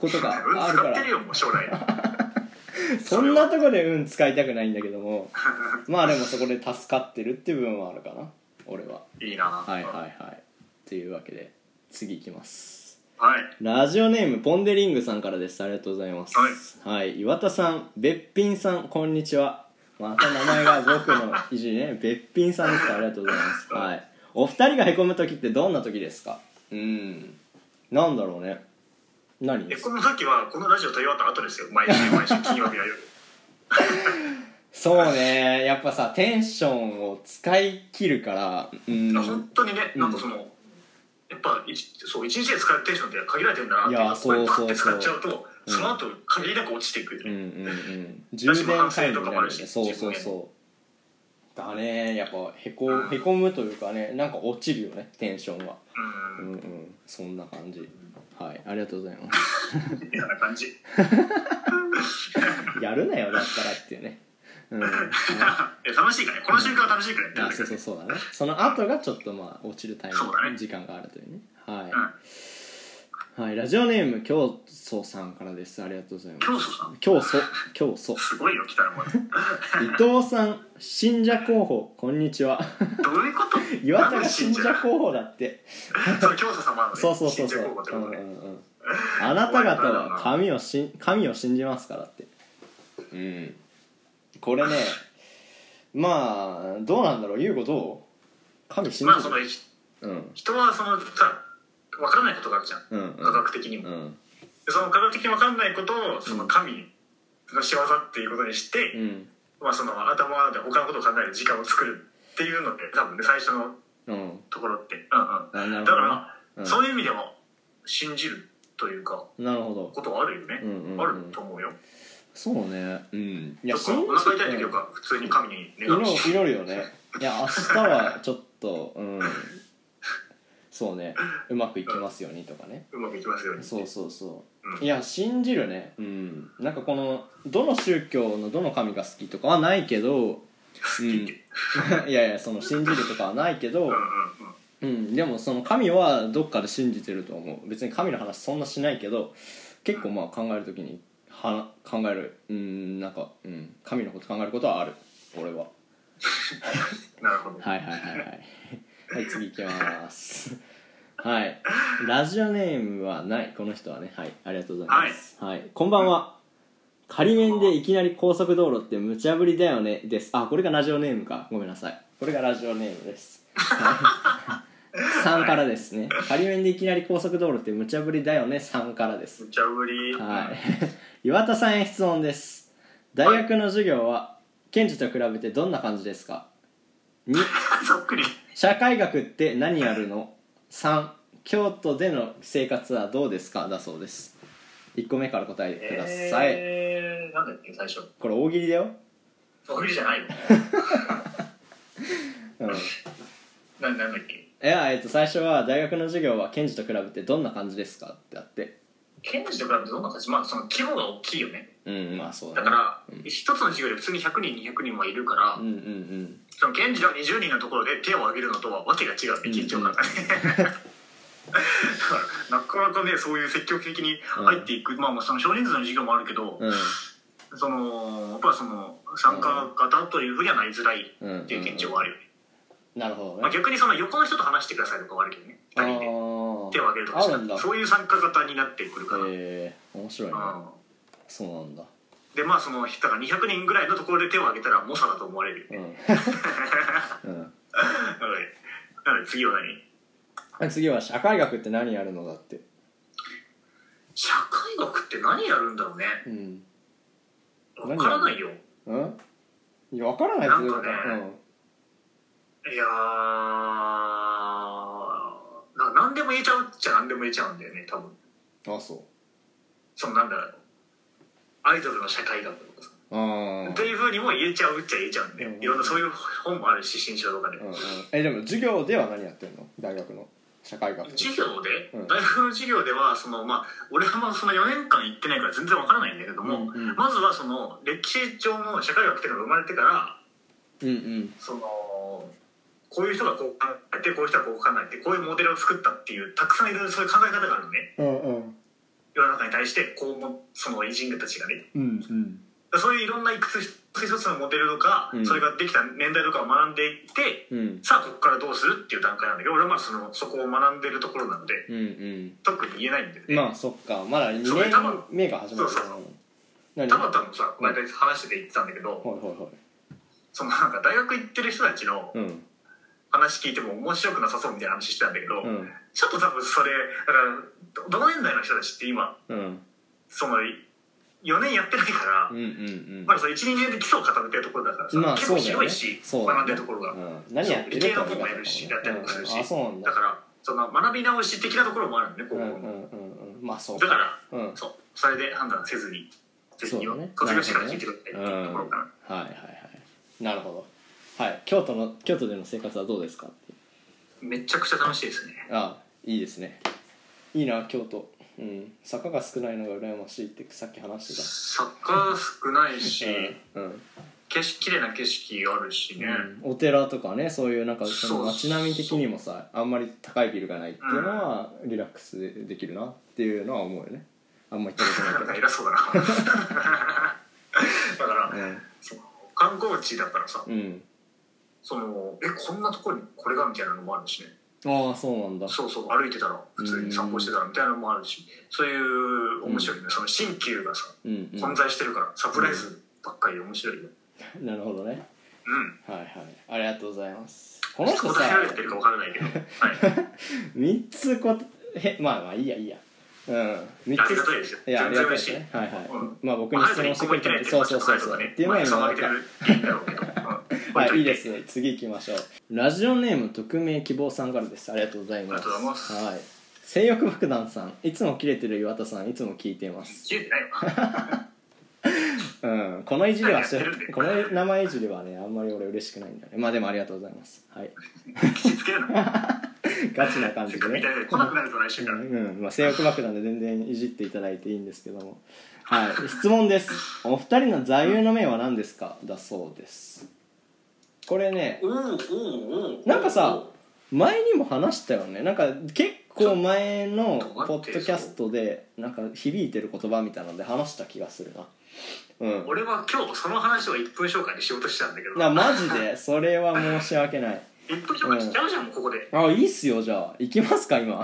Speaker 1: ことがあるか
Speaker 3: 使っ
Speaker 1: ら
Speaker 3: てるよもう将来
Speaker 1: そんなとこで運使いたくないんだけどもまあでもそこで助かってるっていう部分はあるかな俺はい
Speaker 3: いなは
Speaker 1: はいはいはいというわけで次いきます
Speaker 3: はい
Speaker 1: ラジオネームポンデリングさんからですありがとうございますはい、岩田さんべっぴんさんこんにちはまた名前が僕のいじり ねべっぴんさんですありがとうございます、はい、お二人がへこむ時ってどんな時ですかうんなんだろうね何
Speaker 3: えこの時はこのラジオ取り終わった後ですよ毎週毎週金曜日は夜
Speaker 1: そうねやっぱさテンションを使い切るからうん
Speaker 3: 本当にねなんかその、やっぱいそう一日で使うテンションって限られてるんだなって
Speaker 1: いやそうそうそう
Speaker 3: これパッて使っちゃうとその後限りなく落ちていくよ
Speaker 1: うんうんう
Speaker 3: ね、
Speaker 1: ん充電回路になるよねそうそうそうだねやっぱへこへこむというかねなんか落ちるよねテンションが
Speaker 3: うん
Speaker 1: うんうんそんな感じはいありがとうございます
Speaker 3: 嫌な感じ
Speaker 1: やるなよだったらっていうねうん
Speaker 3: え楽しいからねこの瞬間は楽しいからやってるん
Speaker 1: あそ
Speaker 3: だけ
Speaker 1: う
Speaker 3: ど
Speaker 1: そうそうだねその後がちょっとまあ落ちるタイミン
Speaker 3: そうだね
Speaker 1: グ時間があるというねはい、はい、ラジオネーム京祖さんからですありがとうございます
Speaker 3: 教祖さん
Speaker 1: 京祖京祖
Speaker 3: すごいよ来たらもう
Speaker 1: 伊藤さん信者候補こんに ちは
Speaker 3: どういうこと
Speaker 1: 岩田
Speaker 3: 何
Speaker 1: が
Speaker 3: の
Speaker 1: 信
Speaker 3: 信者
Speaker 1: 者候補だって
Speaker 3: そう教祖様のね
Speaker 1: そうそうそうそう
Speaker 3: 信者候補って
Speaker 1: う
Speaker 3: こ
Speaker 1: ん
Speaker 3: と
Speaker 1: うん
Speaker 3: ね
Speaker 1: うんあなた方は神をしん神を信じますからってうんこれねまあどうなんだろう優子どう神信
Speaker 3: まあ
Speaker 1: じ
Speaker 3: そ
Speaker 1: る
Speaker 3: の
Speaker 1: うん
Speaker 3: 人はそのさ分からないことがあるじゃん
Speaker 1: うんうん
Speaker 3: 科学的にも、
Speaker 1: うん
Speaker 3: でその科学的に分かんないことをその神の仕業っていうことにして、
Speaker 1: うん
Speaker 3: まあ、その頭の中で他のことを考える時間を作るっていうので多分ね最初の
Speaker 1: うん
Speaker 3: ところって、うんうん、
Speaker 1: あなるほどね
Speaker 3: だから、
Speaker 1: うん
Speaker 3: そういう意味でも信じるというか
Speaker 1: なるほど
Speaker 3: ことはあるよね、
Speaker 1: うんうんうん
Speaker 3: あると思うよ
Speaker 1: そうねうんい
Speaker 3: いや
Speaker 1: や
Speaker 3: そ
Speaker 1: そう
Speaker 3: お腹痛い時とか普通に神に願うし
Speaker 1: 祈るよねいや明日はちょっとうんそうねうまくいきますようにとかね
Speaker 3: うまくいきますように
Speaker 1: そうそうそう、
Speaker 3: うん
Speaker 1: いや信じるねうんなんかこのどの宗教のどの神が好きとかはないけど、うん、 いやいやその信じるとかはないけど、
Speaker 3: うんうん
Speaker 1: うん、でもその神はどっかで信じてると思う別に神の話そんなしないけど結構まあ考える時には考えるうんなんか、うん、神のこと考えることはある俺は
Speaker 3: うんなるほど、
Speaker 1: はいはいはいはいはい次いきますはいラジオネームはないこの人はねはいありがとうございます、はいこんばんは仮面でいきなり高速道路って無茶ぶりだよねですあこれがラジオネームかごめんなさいこれがラジオネームです はい3からですね仮面でいきなり高速道路って無茶ぶりだよね3からです
Speaker 3: むちゃぶり、
Speaker 1: はい、岩田さんへ質問です大学の授業は検事と比べてどんな感じですか2
Speaker 3: そっくり
Speaker 1: 社会学って何やるの3京都での生活はどうですかだそうです1個目から答えてください、
Speaker 3: えー、なんだっけ最初
Speaker 1: これ大喜利だよ、
Speaker 3: そっくりじゃないよ
Speaker 1: うん、い
Speaker 3: ななんだっけ
Speaker 1: やえっと最初は大学の授業は検事と比べてどんな感じですかってあって
Speaker 3: 検事とかってどんな感じまあその規模が大きいよね
Speaker 1: うんまあそうだ
Speaker 3: だ
Speaker 1: ね
Speaker 3: から
Speaker 1: うん
Speaker 3: 一つの授業で普通に100人200人はいるから、
Speaker 1: うんうんうん
Speaker 3: その検事の20人のところで手を挙げるのとはわけが違うって緊張感がね、 だからなかなかねそういう積極的に入っていく、まあまあその少人数の授業もあるけど、
Speaker 1: うん
Speaker 3: そのやっぱりその参加型というふうにはなりづらいっ
Speaker 1: うん
Speaker 3: ていう現状はあるよね、
Speaker 1: なるほど
Speaker 3: まあ、
Speaker 1: ね
Speaker 3: 逆にその横の人と話してくださいとかはあるけどね
Speaker 1: あ
Speaker 3: 他人で
Speaker 1: ー
Speaker 3: 手を挙げるとか
Speaker 1: あるんだ
Speaker 3: そういう参加型になってくるから、
Speaker 1: へえ面白いね
Speaker 3: うん
Speaker 1: そうなんだ
Speaker 3: でまあそのだから200人ぐらいのところで手を挙げたら猛者だと思われるよ
Speaker 1: う
Speaker 3: ね、
Speaker 1: ん、うん
Speaker 3: なのでなので次は何
Speaker 1: あ、次は社会学って何やるのだって
Speaker 3: 社会学って何やるんだろうね
Speaker 1: うん何やる
Speaker 3: わからないよ
Speaker 1: うんいや分からないってどういうこと
Speaker 3: なんかねいやーな何でも言えちゃうっちゃ何でも言えちゃうんだよね多分
Speaker 1: うんあそ
Speaker 3: そのなんだろうアイドルの社会学とかさ
Speaker 1: うあ
Speaker 3: と
Speaker 1: あ
Speaker 3: いうふうにも言えちゃうっちゃ言えちゃうんだよ、
Speaker 1: うん
Speaker 3: いろんなそういう本もあるし新書とかで、
Speaker 1: うんうんえでも授業では何やってんの大学の社会学
Speaker 3: 授業で、
Speaker 1: うん
Speaker 3: 大学の授業ではその、まあ、俺はまあその4年間行ってないから全然わからないんだけども、
Speaker 1: うんうん
Speaker 3: まずはその歴史上の社会学っていうのが生まれてから
Speaker 1: うんうん
Speaker 3: そのこういう人がこう考えてこういう人がこう考えてこういうモデルを作ったっていうたくさんいろいろそういう考え方があるのね
Speaker 1: うんうん
Speaker 3: 世の中に対してこうもその偉人たちがね
Speaker 1: うんうん
Speaker 3: そういういろんないくつ一つのモデルとか、
Speaker 1: うん
Speaker 3: それができた年代とかを学んでいって
Speaker 1: うん
Speaker 3: さあここからどうするっていう段階なんだけど俺はまあそのそこを学んでるところなので
Speaker 1: うん
Speaker 3: 特に言えないんだよ
Speaker 1: うん
Speaker 3: ね、
Speaker 1: まあそっかまだ2
Speaker 3: それ多分
Speaker 1: 年目が始まって
Speaker 3: そ
Speaker 1: る
Speaker 3: うそうそう
Speaker 1: 何
Speaker 3: たまたまさ毎回話してて言ってたんだけど、
Speaker 1: はいはいはい
Speaker 3: そのなんか大学行ってる人たちの
Speaker 1: うん
Speaker 3: 話聞いても面白くなさそうみたいな話してたんだけど、
Speaker 1: うん
Speaker 3: ちょっと多分それだからど同年代の人たちって今
Speaker 1: うん
Speaker 3: その4年やってないから、
Speaker 1: うんうん
Speaker 3: まだ12年で基礎を固めてるところだから
Speaker 1: う
Speaker 3: さ、
Speaker 1: んまあ
Speaker 3: 結
Speaker 1: そう
Speaker 3: 構
Speaker 1: だよ
Speaker 3: 広
Speaker 1: ね
Speaker 3: いし、
Speaker 1: そうだ
Speaker 3: 学ん
Speaker 1: ね
Speaker 3: でるところが。
Speaker 1: うん何やってる
Speaker 3: そう理系
Speaker 1: かわ
Speaker 3: の
Speaker 1: か
Speaker 3: 方
Speaker 1: ん
Speaker 3: も
Speaker 1: ないか
Speaker 3: や
Speaker 1: ら
Speaker 3: る
Speaker 1: ね
Speaker 3: しだったりもするし、
Speaker 1: うんあそうなんだ
Speaker 3: だからその学び直し的なところもあるんね
Speaker 1: う
Speaker 3: 高
Speaker 1: ん
Speaker 3: 校
Speaker 1: う
Speaker 3: も、
Speaker 1: んうんうんまあそう
Speaker 3: だから
Speaker 1: うん
Speaker 3: そうそれで判断せずにぜひ
Speaker 1: そうだね
Speaker 3: 卒業してから聞いてくださいっていうところかな
Speaker 1: はいはいはいなるほどはい京都の京都での生活はどうですかっていう
Speaker 3: めちゃくちゃ楽しいですね
Speaker 1: あいいですねいいな京都うん坂が少ないのが羨ましいってさっき話して
Speaker 3: サッカー少ないし、
Speaker 1: たうん、うん
Speaker 3: 景色綺麗な景色あるしね、
Speaker 1: お寺とかねそういうなんかその
Speaker 3: そう
Speaker 1: 街並み的にもさあんまり高いビルがないっていうのはリラックスできるなっていうのは思うよねあんま行ったこ
Speaker 3: なん
Speaker 1: とな
Speaker 3: か
Speaker 1: い
Speaker 3: 偉そうだな だから、
Speaker 1: けど
Speaker 3: その観光地だからさ、
Speaker 1: うん、
Speaker 3: そのえこんなところにこれがみたいなのもあるしね
Speaker 1: うん、ああそうなんだ
Speaker 3: そうそう歩いてたら普通に散歩してたらみたいなのもあるしそういう面白いね、その新旧がさ
Speaker 1: うんうん
Speaker 3: 混在してるからサプライズばっかりで面白いよ
Speaker 1: なるほどね
Speaker 3: うん
Speaker 1: はいはいありがとうございますこの
Speaker 3: ち
Speaker 1: 人
Speaker 3: ょっと答
Speaker 1: さ
Speaker 3: えられてるかわからないけど、はい、
Speaker 1: 三つこへまあまあいいやいいやうん三
Speaker 3: ありがたいですよ
Speaker 1: いやありがたいで
Speaker 3: 全然嬉し
Speaker 1: す
Speaker 3: い
Speaker 1: ねはいはい、
Speaker 3: うん
Speaker 1: まあ 僕
Speaker 3: ま
Speaker 1: に
Speaker 3: あ、
Speaker 1: 質
Speaker 3: 早
Speaker 1: 問
Speaker 3: に
Speaker 1: し
Speaker 3: こ
Speaker 1: て
Speaker 3: こ
Speaker 1: く
Speaker 3: 行
Speaker 1: れて
Speaker 3: ってない
Speaker 1: る
Speaker 3: って
Speaker 1: そうそうそうそう、
Speaker 3: ね
Speaker 1: っていうの
Speaker 3: ま
Speaker 1: は
Speaker 3: あ、
Speaker 1: 今
Speaker 3: 騒
Speaker 1: 分
Speaker 3: げて
Speaker 1: かっ
Speaker 3: るっていいんだろうけど、うん
Speaker 1: たはいいいです
Speaker 3: ね
Speaker 1: ね次行きましょうラジオネーム匿名希望さんからですありがとうございます
Speaker 3: ありがとうございます
Speaker 1: はい性欲爆弾さんいつもキレてる岩田さんいつも聞いています
Speaker 3: 消えてないわ
Speaker 1: うんこのいじりはし
Speaker 3: やってるんで
Speaker 1: この名前いじりはねあんまり俺嬉しくないんだよねまあでもありがとうございますはい
Speaker 3: 口つける な
Speaker 1: ガチな感じ
Speaker 3: せ
Speaker 1: で
Speaker 3: っかく
Speaker 1: ね
Speaker 3: いただいて来なくなると来週から
Speaker 1: うんまあ、性欲爆弾で全然いじっていただいていいんですけどもはい質問ですお二人の座右の銘は何ですかだそうですこれね
Speaker 3: おおおお
Speaker 1: なんかさ前にも話したよねなんか結構前のポッドキャストでなんか響いてる言葉みたいなので話した気がするなうん
Speaker 3: 俺は今日その話を1分紹介にしようとしたんだけど
Speaker 1: なマジでそれは申し訳ない
Speaker 3: 1分紹介しちゃうじゃん、もうここで、
Speaker 1: あいいっすよじゃあ行きますか今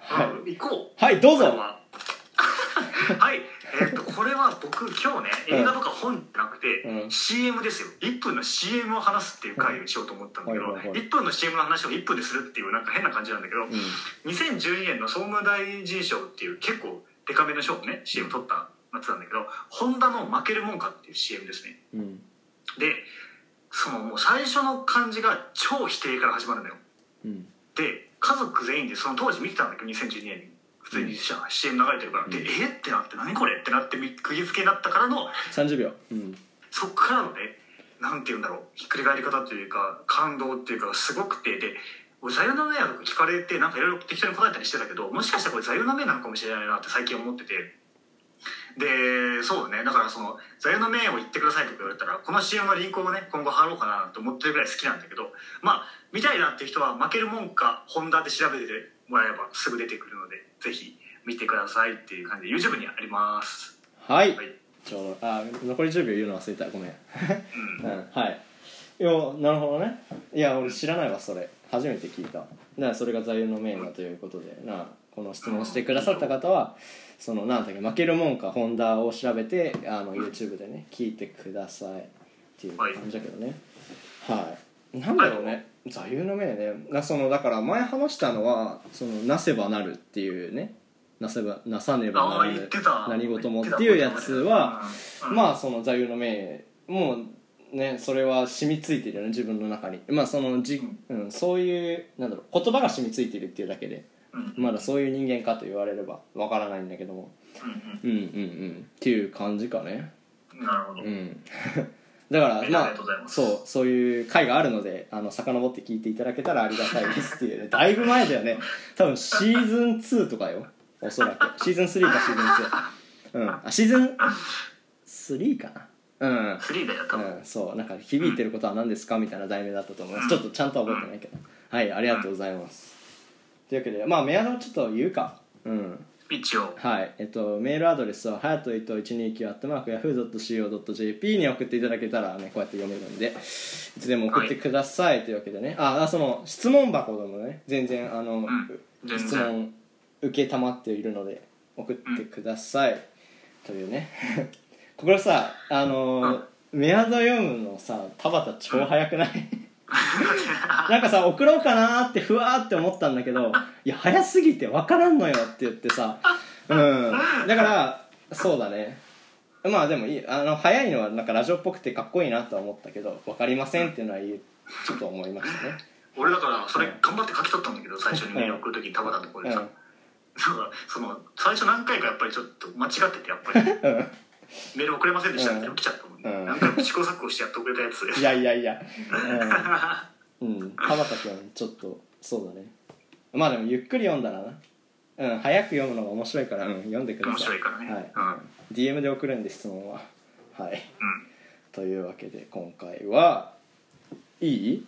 Speaker 1: はい
Speaker 3: うん行こう
Speaker 1: はいどう
Speaker 3: これ
Speaker 1: ぞ
Speaker 3: は はいえーっとこれは僕今日ね
Speaker 1: うん
Speaker 3: 映画とか本じゃなくて、
Speaker 1: うん
Speaker 3: CM ですよ1分の CM を話すっていう回をしようと思ったんだけど、
Speaker 1: はいはいはい
Speaker 3: 1分の CM の話を1分でするっていうなんか変な感じなんだけど、
Speaker 1: うん
Speaker 3: 2012年の総務大臣賞っていう結構デカめの賞をね CM 取ったやつなんだけどホンダの「負けるもんか」っていう CM ですね
Speaker 1: うん
Speaker 3: でそのもう最初の感じが超否定から始まるのよ
Speaker 1: うん
Speaker 3: で家族全員でその当時見てたんだけど2012年に普通に CM 流れてるから、で
Speaker 1: うん
Speaker 3: えっってなって何これってなってみ釘付けになったからの
Speaker 1: 30秒うん
Speaker 3: そっからのねなんて言うんだろうひっくり返り方というか感動っていうかすごくてで俺座右の銘なのか聞かれてなんかいろいろ適当に答えたりしてたけどもしかしたらこれ座右の銘なのかもしれないなって最近思っててでそうねだからその座右の銘を言ってくださいとか言われたらこの CM のリンクをね今後貼ろうかなと思ってるぐらい好きなんだけどまあ見たいなって人は負けるもんかホンダで調べてもらえばすぐ出てくるのでぜひ見てくださいっていう感じで YouTube にあります
Speaker 1: はい
Speaker 3: はい、
Speaker 1: ちょうどあ残り10秒言うの忘れたごめん、
Speaker 3: うん
Speaker 1: うん、はいいやなるほどねいや俺知らないわそれ初めて聞いただからそれが座右の銘だということでなあこの質問してくださった方はそのなんだっけ負けるもんかホンダを調べてあの YouTube でね聞いてくださいっていう感じだけどねはいなんだろうね座右の銘ねなそのだから前話したのはそのなせばなるっていうねなせばなさねば
Speaker 3: あ
Speaker 1: な
Speaker 3: あ
Speaker 1: ら
Speaker 3: 言っ
Speaker 1: ぬ
Speaker 3: てた
Speaker 1: 何事もっていうやつは、
Speaker 3: あ
Speaker 1: まあその座右の銘もうねそれは染みついてるよね自分の中にまあそのじ、うん、そういうなんだろう言葉が染みついてるっていうだけでまだそういう人間かと言われればわからないんだけどもうんうんうんっていう感じかね
Speaker 3: なるほど、
Speaker 1: うんだから
Speaker 3: ありが
Speaker 1: ま
Speaker 3: とうござい
Speaker 1: あ
Speaker 3: ます
Speaker 1: そうそういう回があるのであの遡って聞いていただけたらありがたいですっていう ねだいぶ前だよね多分シーズン2とかよおそらくシーズン3かシーズン2うんあシーズン3かなうん
Speaker 3: フリーだよ多分、
Speaker 1: うん、そうなんか響いてることは何ですかみたいな題名だったと思いますちょっとちゃんとは覚えてないけどはいありがとうございますというわけでまあメアドをちょっと言うかうん
Speaker 3: 一応
Speaker 1: はい、えっと、メールアドレスは、はやといと129、アットマーク、yahoo.co.jp に送っていただけたらね、こうやって読めるんで、いつでも送ってください、というわけでね、あ、あその、質問箱でもね、全然、あの、
Speaker 3: 全然
Speaker 1: 質問、受けたまっているので、送ってください、というね。 これさ、あの、メアド読むのさ、田畑超早くないなんかさ送ろうかなーってふわーって思ったんだけどいや早すぎて分からんのよって言ってさうんだからそうだねまあでもいいあの早いのはなんかラジオっぽくてかっこいいなとは思ったけど分かりませんっていうのは言うちょっと思いましたね
Speaker 3: 俺だからそれ頑張って書き取ったんだけど最初にメール送る時にたまたところでさ、
Speaker 1: うん
Speaker 3: だからその最初何回かやっぱりちょっと間違っててやっ ぱりメール送れませんでしたって起きちゃったもんね、
Speaker 1: うん
Speaker 3: 何回も試行錯誤してやっとくれたやつ
Speaker 1: いやいやい やうん、うん、田畑君ちょっとそうだねまあでもゆっくり読んだらなうん早く読むのが面白いから、うん、読んでください
Speaker 3: 面白いからね、
Speaker 1: はい、
Speaker 3: うん
Speaker 1: DM で送るんで質問ははい
Speaker 3: うん
Speaker 1: というわけで今回はいい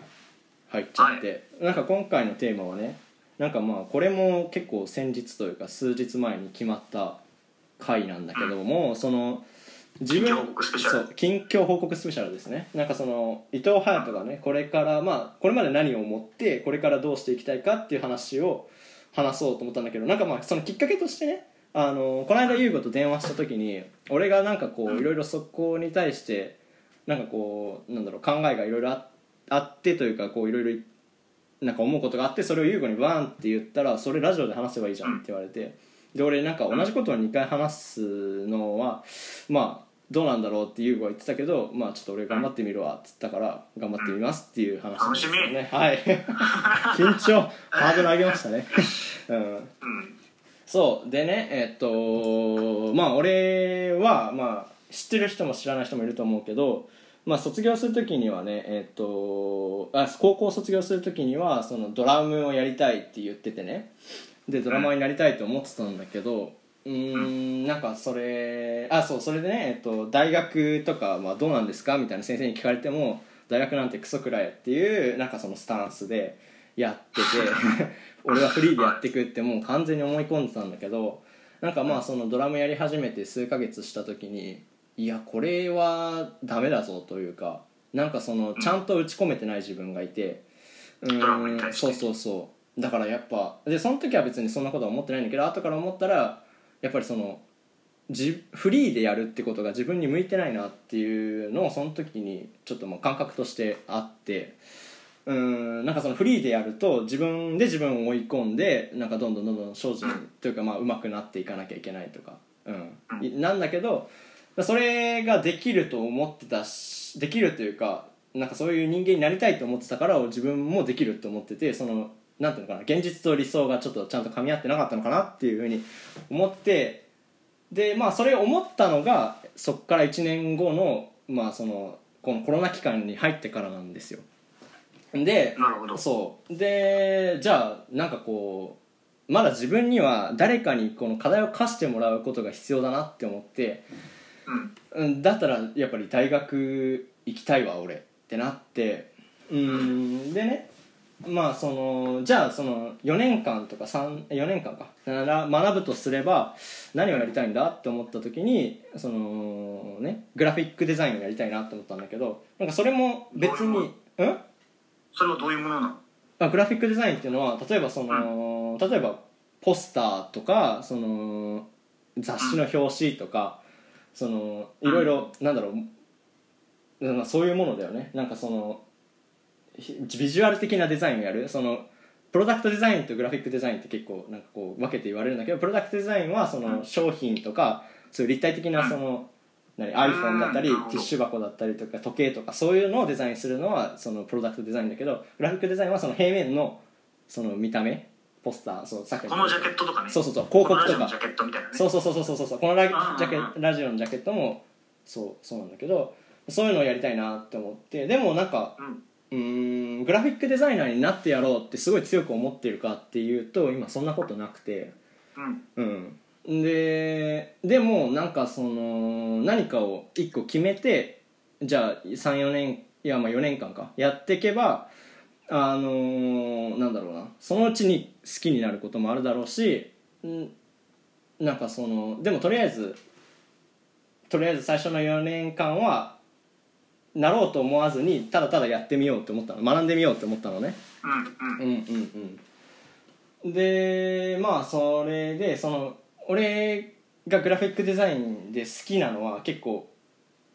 Speaker 1: 入っちゃって、なんか今回のテーマはねなんかまあこれも結構先日というか数日前に決まった回なんだけども、その自
Speaker 3: 近況報告スペシャル
Speaker 1: そう近況報告スペシャルですねなんかその伊藤隼人がねこれからまあこれまで何を思ってこれからどうしていきたいかっていう話を話そうと思ったんだけどなんかまあそのきっかけとしてねあのこの間優子と電話した時に俺がなんかこういろいろそこに対してなんかこうなんだろう考えがいろいろああってというかこういろいろなんか思うことがあってそれを優子にバーンって言ったらそれラジオで話せばいいじゃんって言われてで俺なんか同じことを2回話すのはまあどうなんだろうって優吾は言ってたけどまあちょっと俺頑張ってみるわっつったから頑張ってみますっていう話なんですよねはい 緊張ハードル上げましたねうん
Speaker 3: うん
Speaker 1: そうでねえっとまあ俺は、まあ、知ってる人も知らない人もいると思うけど、まあ、卒業する時にはねえっとあ高校卒業する時にはそのドラムをやりたいって言っててねでドラマーになりたいと思ってたんだけどうーんなんかそれあそうそれでね、えっと、大学とか、まあ、どうなんですかみたいな先生に聞かれても大学なんてクソくらいやっていうなんかそのスタンスでやってて俺はフリーでやってくってもう完全に思い込んでたんだけどなんかまあそのドラムやり始めて数ヶ月した時にいやこれはダメだぞというかなんかそのちゃんと打ち込めてない自分がいてう
Speaker 3: ドラマに対し
Speaker 1: そ
Speaker 3: て
Speaker 1: うそうそうだからやっぱでその時は別にそんなことは思ってないんだけど後から思ったらやっぱりそのじフリーでやるってことが自分に向いてないなっていうのをその時にちょっともう感覚としてあってうーんなんかそのフリーでやると自分で自分を追い込んでなんかどんどんどんどん精進というかまあ上手くなっていかなきゃいけないとか、うん、いなんだけどそれができると思ってたしできるというかなんかそういう人間になりたいと思ってたから自分もできると思っててそのなんていうのかな現実と理想がちょっとちゃんと噛み合ってなかったのかなっていうふうに思ってでまあそれを思ったのがそこから1年後の,、まあ、そのこのコロナ期間に入ってからなんですよで
Speaker 3: なるほど
Speaker 1: そうでじゃあなんかこうまだ自分には誰かにこの課題を課してもらうことが必要だなって思って
Speaker 3: う
Speaker 1: う
Speaker 3: ん
Speaker 1: んだったらやっぱり大学行きたいわ俺ってなってうんでねまあそのじゃあその4年間とか3 4年間かな学ぶとすれば何をやりたいんだって思った時にそのねグラフィックデザインをやりたいなって思ったんだけどなんかそれも別
Speaker 3: どう
Speaker 1: にうん
Speaker 3: それはどういうものなの
Speaker 1: まあ、グラフィックデザインっていうのは例えばその、例えばポスターとかその雑誌の表紙とか、そのいろいろ、なんだろうまあそういうものだよねなんかそのひビジュアル的なデザインをやるそのプロダクトデザインとグラフィックデザインって結構なんかこう分けて言われるんだけどプロダクトデザインはその商品とかそういう立体的なその、何 iPhone だったり
Speaker 3: う
Speaker 1: テ
Speaker 3: んなるほ
Speaker 1: ィ
Speaker 3: ど
Speaker 1: ッシュ箱だったりとか時計とかそういうのをデザインするのはそのプロダクトデザインだけどグラフィックデザインはその平面のその見た目ポスターそうさっき
Speaker 3: このジャケットとかね
Speaker 1: そうそうそう広告と
Speaker 3: このラジオの
Speaker 1: か
Speaker 3: ジャケットみたいなね
Speaker 1: そうそうそうそうそうそうこのラジ
Speaker 3: うんうんうん
Speaker 1: ジャケラジオのジャケットもそうそうなんだけどそういうのをやりたいなって思ってでもなんか
Speaker 3: うん
Speaker 1: うーんグラフィックデザイナーになってやろうってすごい強く思ってるかっていうと今そんなことなくて。
Speaker 3: うん
Speaker 1: うん、ででもなんかその何かを一個決めてじゃあ34年いやまあ4年間かやっていけばあのーなんだろうなそのうちに好きになることもあるだろうしんなんかそのでもとりあえずとりあえず最初の4年間はなろうと思わずにただただやってみようって思ったの学んでみようって思ったのね。
Speaker 3: うん
Speaker 1: う
Speaker 3: うん
Speaker 1: んうんうんでまあそれでその俺がグラフィックデザインで好きなのは結構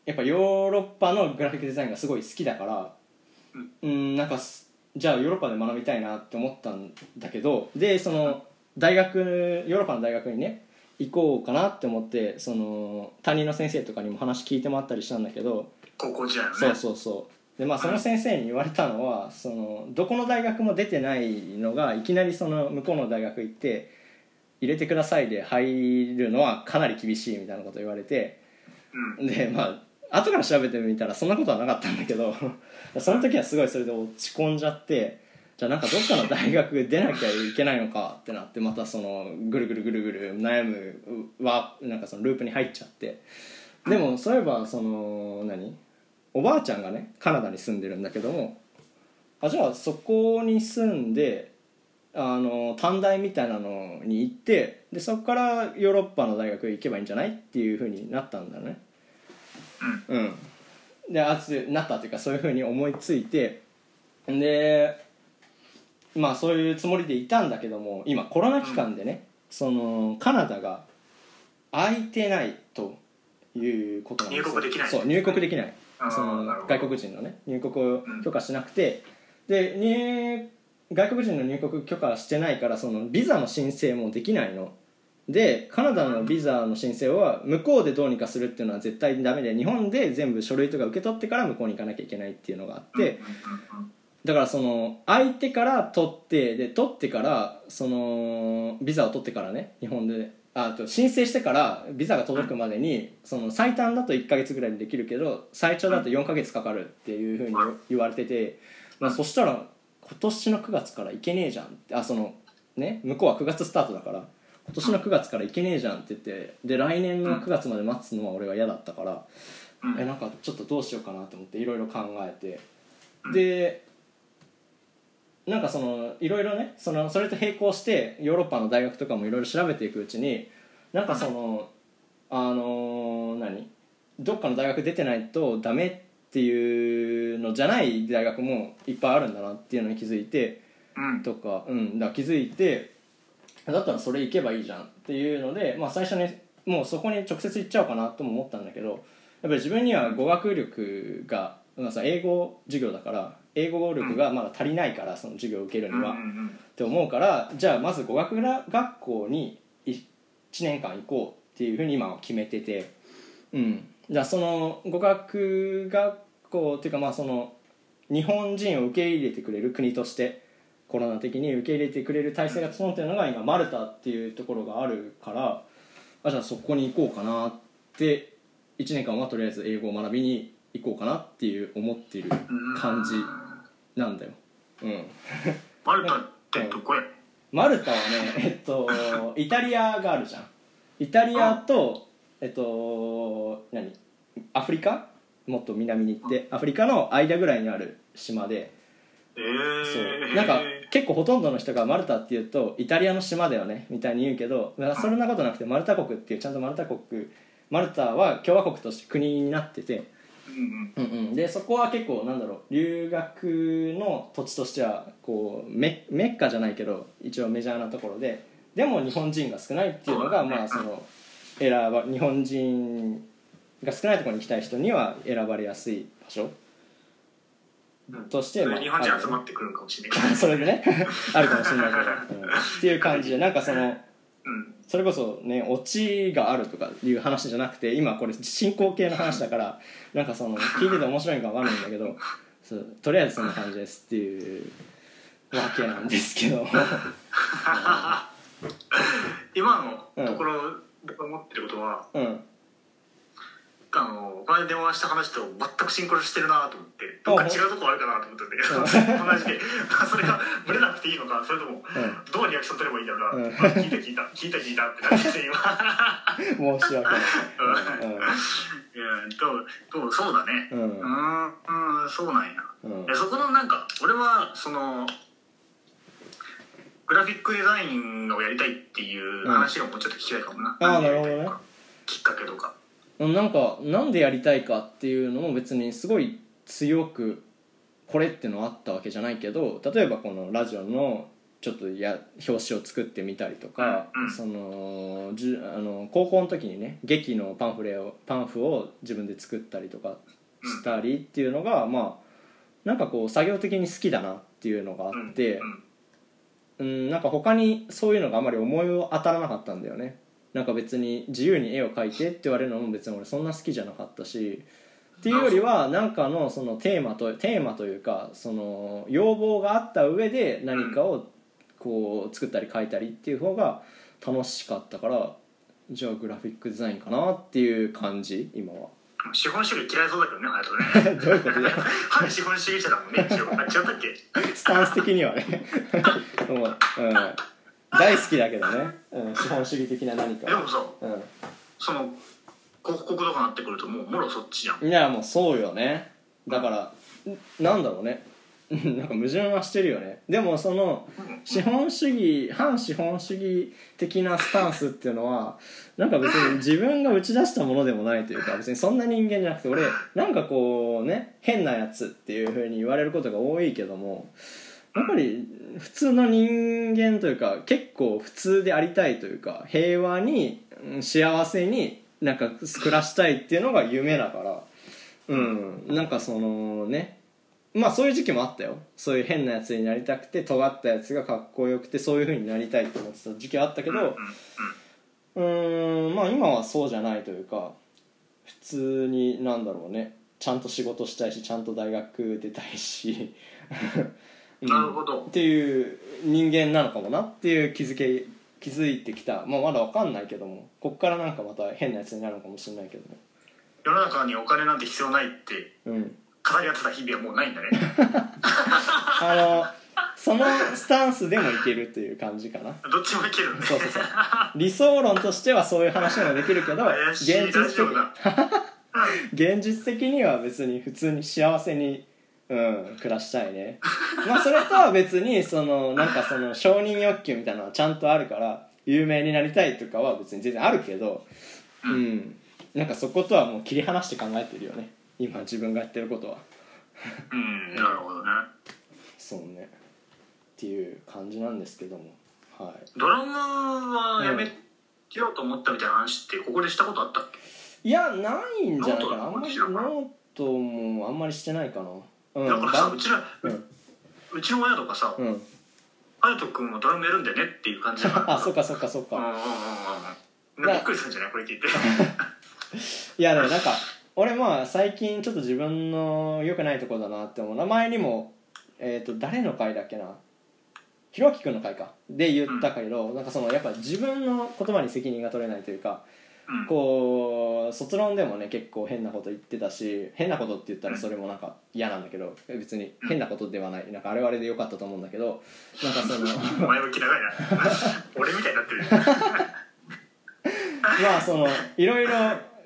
Speaker 1: やっぱヨーロッパのグラフィックデザインがすごい好きだからうんなんかすじゃあヨーロッパで学びたいなって思ったんだけどでその大学ヨーロッパの大学にね行こうかなって思ってその担任の先生とかにも話聞いてもらったりしたんだけど
Speaker 3: 高校時代のね
Speaker 1: そうそうそうでまあその先生に言われたのはそのどこの大学も出てないのがいきなりその向こうの大学行って入れてくださいで入るのはかなり厳しいみたいなこと言われて
Speaker 3: うん
Speaker 1: でまあ後から調べてみたらそんなことはなかったんだけど その時はすごいそれで落ち込んじゃってじゃあなんかどっかの大学出なきゃいけないのかってなってまたそのぐるぐるぐるぐる悩むはなんかそのループに入っちゃってでもそういえばその何おばあちゃんがねカナダに住んでるんだけどもあじゃあそこに住んであの短大みたいなのに行ってでそこからヨーロッパの大学へ行けばいいんじゃないっていうふうになったんだよね。うん、で熱なったというかそういうふうに思いついてでまあそういうつもりでいたんだけども今コロナ期間でね、そのカナダが空いてないということなんですよ
Speaker 3: 入国できない
Speaker 1: そう入国できない
Speaker 3: あー
Speaker 1: その
Speaker 3: なるほど
Speaker 1: 外国人のね入国を許可しなくて、で入外国人の入国許可してないからそのビザの申請もできないのでカナダのビザの申請は向こうでどうにかするっていうのは絶対にダメで日本で全部書類とか受け取ってから向こうに行かなきゃいけないっていうのがあってだからその相手から取ってで取ってからそのビザを取ってからね日本でああと申請してからビザが届くまでにその最短だと1ヶ月ぐらいでできるけど最長だと4ヶ月かかるっていうふうに言われてて、まあ、そしたら今年の9月から行けねえじゃんってあそのね向こうは9月スタートだから今年の9月から行けねえじゃんって言ってで来年の9月まで待つのは俺は嫌だったから、
Speaker 3: うん
Speaker 1: えなんかちょっとどうしようかなと思っていろいろ考えてでなんかそのいろいろねそのそれと並行してヨーロッパの大学とかもいろいろ調べていくうちになんかそのあのー何どっかの大学出てないとダメっていうのじゃない大学もいっぱいあるんだなっていうのに気づいて
Speaker 3: うん
Speaker 1: とか,、うん、だから気づいてだったらそれ行けばいいじゃんっていうので、まあ、最初にもうそこに直接行っちゃおうかなとも思ったんだけどやっぱり自分には語学力が、まあ、さ英語授業だから英語力がまだ足りないからその授業を受ける
Speaker 3: う
Speaker 1: に
Speaker 3: んう
Speaker 1: は、っ
Speaker 3: ん
Speaker 1: て思うからじゃあまず語学ら学校に1年間行こうっていうふうに今は決めてて、うん、じゃあその語学学校っていうかまあその日本人を受け入れてくれる国としてコロナ的に受け入れてくれる体制が整ってるのが今マルタっていうところがあるからあじゃあそこに行こうかなって1年間はとりあえず英語を学びに行こうかなっていう思っている感じなんだよ。うん、
Speaker 3: マルタってどこや
Speaker 1: マルタはねえっとイタリアがあるじゃんイタリアとえっと何アフリカもっと南に行ってアフリカの間ぐらいにある島で
Speaker 3: え
Speaker 1: そう
Speaker 3: え
Speaker 1: なんか結構ほとんどの人がマルタっていうとイタリアの島だよねみたいに言うけどまあそんなことなくてマルタ国っていうちゃんとマルタ国マルタは共和国として国になってて、
Speaker 3: うん
Speaker 1: うんうん、でそこは結構なんだろう留学の土地としてはこうメメッカじゃないけど一応メジャーなところででも日本人が少ないっていうのが、
Speaker 3: そうだね
Speaker 1: まあその選ば日本人が少ないところに行きたい人には選ばれやすい場所
Speaker 3: うん
Speaker 1: として、まあ
Speaker 3: 日本人集ま
Speaker 1: あ
Speaker 3: ってくるかもしれないけど
Speaker 1: る それでねあるかもしれないけど、うんっていう感じでなんかその
Speaker 3: うん
Speaker 1: それこそねオチがあるとかいう話じゃなくて今これ進行形の話だからなんかその聞いてて面白いのか分かんないんだけどそうとりあえずそんな感じですっていうわけなんですけど
Speaker 3: 今のところ、僕が思ってることは
Speaker 1: うん
Speaker 3: あの前電話した話と全くシンクロしてるなと思ってどっか違うとこあるかなと思ったんだけど同じでそれがブレなくていいのかそれとも
Speaker 1: ん
Speaker 3: どうリアクション取ればいいんだろうな、
Speaker 1: うん
Speaker 3: まあ聞いた聞いた聞いた聞いたってなってて今
Speaker 1: 申し訳ない
Speaker 3: いやどうどうそうだね
Speaker 1: うん
Speaker 3: うーんそうなんや
Speaker 1: うんうん
Speaker 3: いやそこのなんか俺はそのグラフィックデザインをやりたいっていう話がもうちょっと聞きたいかもな、
Speaker 1: あーなるほどね
Speaker 3: きっかけとか
Speaker 1: うんなんかなんでやりたいかっていうのも別にすごい強くこれってのあったわけじゃないけど例えばこのラジオのちょっとや表紙を作ってみたりとか、
Speaker 3: うん
Speaker 1: そのじゅあの高校の時にね劇のパンフレをパンフを自分で作ったりとかしたりっていうのが、まあなんかこう作業的に好きだなっていうのがあって、う
Speaker 3: うん
Speaker 1: ん、なんか他にそういうのがあまり思いを当たらなかったんだよねなんか別に自由に絵を描いてって言われるのも別に俺そんな好きじゃなかったしっていうよりはなんかのそのテーマとテーマというかその要望があった上で何かをこう作ったり描いたりっていう方が楽しかったからじゃあグラフィックデザインかなっていう感じ今は
Speaker 3: 資本主義嫌いそうだけどね隼人 ね
Speaker 1: どういうことで
Speaker 3: 反資本主義者だもんね一応あ違ったっけ
Speaker 1: スタンス的にはね もう、うん、大好きだけどね、うん、資本主義的な何か
Speaker 3: でもさ
Speaker 1: うん
Speaker 3: その広告とかなってくるともうもろそっちじゃん
Speaker 1: いやもうそうよねだからんなんだろうね なんか矛盾はしてるよねでもその資本主義反資本主義的なスタンスっていうのはなんか別に自分が打ち出したものでもないというか別にそんな人間じゃなくて俺なんかこうね変なやつっていう風に言われることが多いけどもやっぱり普通の人間というか結構普通でありたいというか平和にうん幸せになんか暮らしたいっていうのが夢だからうんなんかそのねまあそういう時期もあったよそういう変なやつになりたくて尖ったやつがかっこよくてそういう風になりたいって思ってた時期はあったけどうーんまあ今はそうじゃないというか普通になんだろうねちゃんと仕事したいしちゃんと大学出たいし、 うん
Speaker 3: なるほど
Speaker 1: っていう人間なのかもなっていう気づけ気づいてきた、まあ、まだわかんないけどもこっからなんかまた変なやつになるのかもしれないけどね
Speaker 3: 世の中にお金なんて必要ないって
Speaker 1: うん
Speaker 3: 語り合ってた日々はもうないんだね
Speaker 1: あのそのスタンスでもいけるという感じかな
Speaker 3: どっちもいけるね
Speaker 1: そうそうそう理想論としてはそういう話もできるけど
Speaker 3: 怪
Speaker 1: 現
Speaker 3: しい
Speaker 1: 実
Speaker 3: ラ
Speaker 1: 的
Speaker 3: ジオだ
Speaker 1: 現実的には別に普通に幸せに、うん、暮らしたいねまあそれとは別にそのなんかその承認欲求みたいなのはちゃんとあるから有名になりたいとかは別に全然あるけどうんなんかそことはもう切り離して考えてるよね今自分がやってることは
Speaker 3: うんなるほどね
Speaker 1: そうねっていう感じなんですけどもはい
Speaker 3: ドラムはやめようと思ったみたいな話ってここでしたことあったっけ
Speaker 1: いやないんじゃないかなあんまり
Speaker 3: ノート
Speaker 1: ノート
Speaker 3: の話だから
Speaker 1: もあんまりしてないかなうん
Speaker 3: だからさうちら
Speaker 1: う
Speaker 3: うんうちの親とかさ
Speaker 1: うん
Speaker 3: 「隼人君はドラムやるんだよね」っていう感じだ か
Speaker 1: あ
Speaker 3: ら
Speaker 1: そっかそっかそっか
Speaker 3: うんうんうんうんびっくりするんじゃないこ れ聞いて
Speaker 1: いやでもなんか俺まあ最近ちょっと自分の良くないとこだなって思う名前にもえっ、と誰の回だっけなひろきくんの回かで言ったけど、なんかそのやっぱ自分の言葉に責任が取れないというか
Speaker 3: うん
Speaker 1: こう卒論でもね結構変なこと言ってたし変なことって言ったらそれもなんか嫌なんだけど別に変なことではないなんかあれはあれで良かったと思うんだけどなんかその
Speaker 3: 前置き長いな 俺みたいになってる
Speaker 1: まあそのいろいろ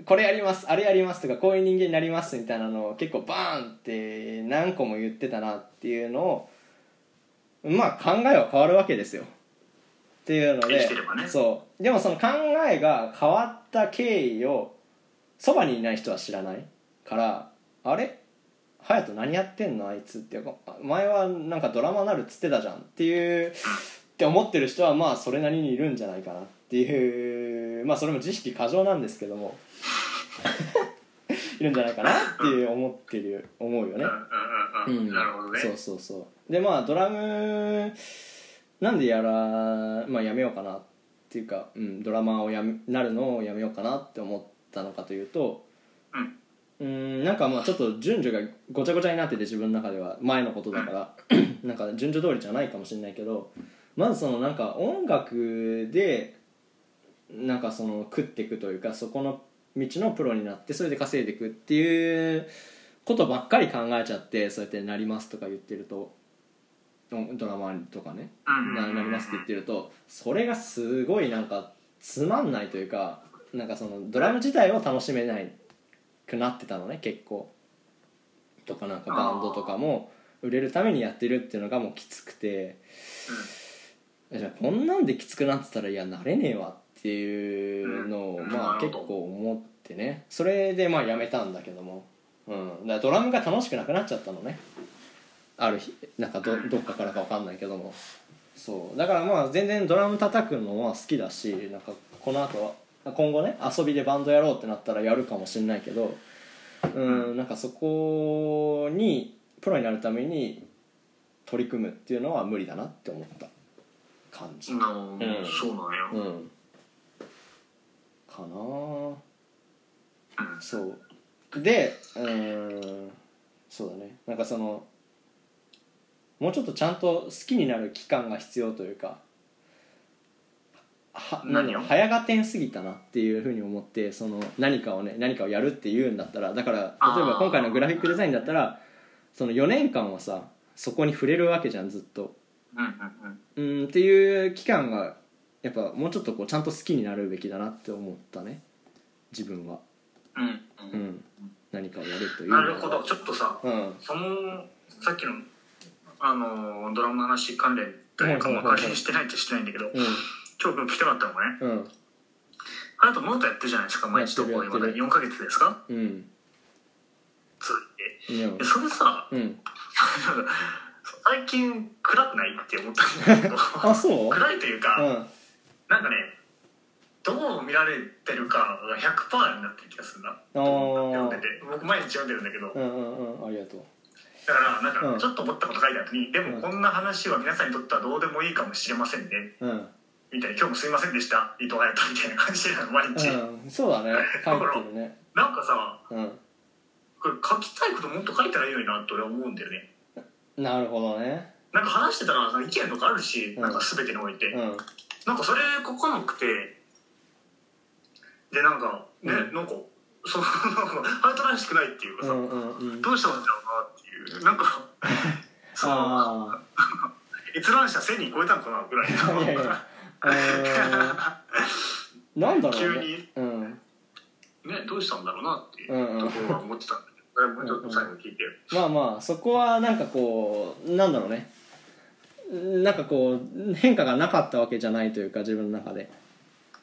Speaker 1: これやりますあれやりますとかこういう人間になりますみたいなのを結構バーンって何個も言ってたなっていうのをまあ考えは変わるわけですよっていうので
Speaker 3: 生きてればね
Speaker 1: そうでもその考えが変わった経緯をそばにいない人は知らないからあれ隼人何やってんのあいつって前はなんかドラマなるっつってたじゃんっていうって思ってる人はまあそれなりにいるんじゃないかなっていうまあそれも知識過剰なんですけども いるんじゃないかなっていう思ってる思うよ
Speaker 3: うん
Speaker 1: ね
Speaker 3: う。んうんうんなるほどね
Speaker 1: そうそうそうでまあドラムなんでやら、まあ、やめようかなっていうか、うん、ドラマーをやめなるのをやめようかなって思ったのかというとう
Speaker 3: うん
Speaker 1: んなんかまあちょっと順序がごちゃごちゃになってて自分の中では前のことだから なんか順序通りじゃないかもしれないけどまずそのなんか音楽でなんかその食っていくというかそこの道のプロになってそれで稼いでいくっていうことばっかり考えちゃってそうやって「なります」とか言ってるとうんドラマとかね「
Speaker 3: うん
Speaker 1: ななります」って言ってるとそれがすごいなんかつまんないというかなんかそのドラム自体を楽しめないくなってたのね結構とかなんかバンドとかも売れるためにやってるっていうのがもうきつくてじゃあこんなんできつくなってたらいやなれねえわっていうのを
Speaker 3: うん
Speaker 1: まあ
Speaker 3: なる
Speaker 1: 結
Speaker 3: ほど
Speaker 1: 構思ってねそれでまあやめたんだけども、うん、だからドラムが楽しくなくなっちゃったのねある日なんかどどっかからか分かんないけどもそうだからまあ全然ドラム叩くのは好きだしなんかこの後は今後ね遊びでバンドやろうってなったらやるかもしれないけどうんなんかそこにプロになるために取り組むっていうのは無理だなって思った感じ
Speaker 3: うん
Speaker 1: うん
Speaker 3: そうなんよ
Speaker 1: うんかなぁそうでうーんそうだねなんかそのもうちょっとちゃんと好きになる期間が必要というかはなんだろう
Speaker 3: 何を
Speaker 1: 早がてんすぎたなっていうふうに思ってその何かをね何かをやるっていうんだったらだから例えば
Speaker 3: あー
Speaker 1: 今回のグラフィックデザインだったらその4年間はさそこに触れるわけじゃんずっと。
Speaker 3: うんうんうん
Speaker 1: うんっていう期間がやっぱもうちょっとこうちゃんと好きになるべきだなって思ったね自分は、
Speaker 3: うん
Speaker 1: う
Speaker 3: うん
Speaker 1: ん、何かをやるというのは
Speaker 3: なるほどちょっとさ
Speaker 1: うん
Speaker 3: そのさっきのあのドラマの話関連というか
Speaker 1: はい
Speaker 3: も
Speaker 1: はい
Speaker 3: う
Speaker 1: はいはい
Speaker 3: 関連してないってしてないんだけど
Speaker 1: う
Speaker 3: 今日君聞きたかったのがね
Speaker 1: んうん
Speaker 3: あなたノートやってるじゃないですか毎日投
Speaker 1: やっ
Speaker 3: 稿
Speaker 1: てる
Speaker 3: 今まで4ヶ月ですか
Speaker 1: うん
Speaker 3: 続い
Speaker 1: いや
Speaker 3: てでそれさ
Speaker 1: うん
Speaker 3: 最近暗くないって思ったんだけ ど
Speaker 1: あそう
Speaker 3: 暗いという
Speaker 1: うん
Speaker 3: かなんかねどう見られてるかが100%になってる気がするな
Speaker 1: あ
Speaker 3: 読んで
Speaker 1: ー
Speaker 3: て僕毎日読んでるんだけど
Speaker 1: うんうんうんありがとう
Speaker 3: だからなん
Speaker 1: うん
Speaker 3: かちょっと思ったこと書いてあるのに、でもこんな話は皆さんにとってはどうでもいいかもしれませんね
Speaker 1: うん
Speaker 3: みたいな今日もすいませんでした伊藤隼人みたいな感じなの毎日、
Speaker 1: うんそうだね帰ってるね
Speaker 3: なんかさ
Speaker 1: う
Speaker 3: これ書きたいこともっと書いたらいいのになって俺は思うんだよね
Speaker 1: んなるほどね
Speaker 3: なんか話してたらさ意見とかあるし、
Speaker 1: うん
Speaker 3: なんか全てにおいて、
Speaker 1: うん
Speaker 3: なんかそれ書かなくてでなんかね、
Speaker 1: うん
Speaker 3: なんかそのなんか隼人らしくないっていうか
Speaker 1: う
Speaker 3: さ、
Speaker 1: んうんうん
Speaker 3: どうしたんだろうなっていうな んかその
Speaker 1: あ
Speaker 3: 閲覧者1000人超えたんかなぐらい
Speaker 1: あいやい
Speaker 3: の
Speaker 1: やえーなんだろう
Speaker 3: 急
Speaker 1: ね
Speaker 3: に
Speaker 1: うん
Speaker 3: ねどうしたんだろうなっていう
Speaker 1: うんうん
Speaker 3: ところは思ってたんだけど、もうちょっと最後に聞いてよ
Speaker 1: まあまあそこはなんかこうなんだろうねなんかこう変化がなかったわけじゃないというか自分の中で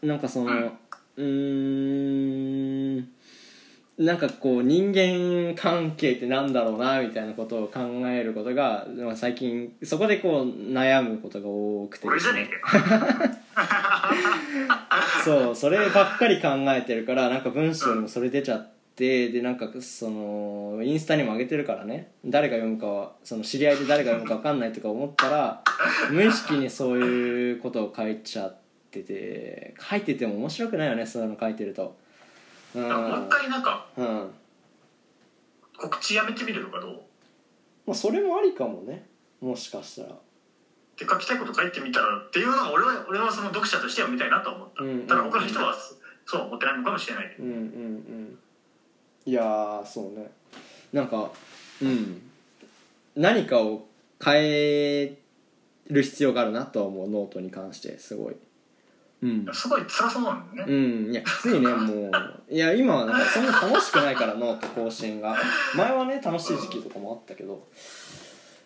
Speaker 1: なんかその
Speaker 3: う
Speaker 1: う
Speaker 3: ん
Speaker 1: ーんなんかこう人間関係ってなんだろうなみたいなことを考えることがまあ最近そこでこう悩むことが多くて
Speaker 3: 俺
Speaker 1: で
Speaker 3: じ
Speaker 1: す
Speaker 3: ゃね
Speaker 1: ね
Speaker 3: えかよ
Speaker 1: そうそればっかり考えてるからなんか文章にもそれ出ちゃってでなんかそのインスタにも上げてるからね誰が読むかはその知り合いで誰が読むか分かんないとか思ったら無意識にそういうことを書いちゃってて書いてても面白くないよねそういうの書いてるとうん
Speaker 3: なんかもう一回なんか
Speaker 1: うん
Speaker 3: 告知やめてみるのかどうっ
Speaker 1: まあそれもありかもねもしかしたら
Speaker 3: て書きたいこと書いてみたらっていうのが俺は俺はその読者としては見たいなとは思った、
Speaker 1: うんうんうん
Speaker 3: ただ他の人はそそうは思ってないのかもしれないけ
Speaker 1: うんうんうんいやーそうねなんかうん何かを変える必要があるなとは思うノートに関してすごいうん
Speaker 3: どすごい辛そうなのね、
Speaker 1: うんいやきついねもういや今はなんかそんな楽しくないからノート更新が前はね楽しい時期とかもあったけど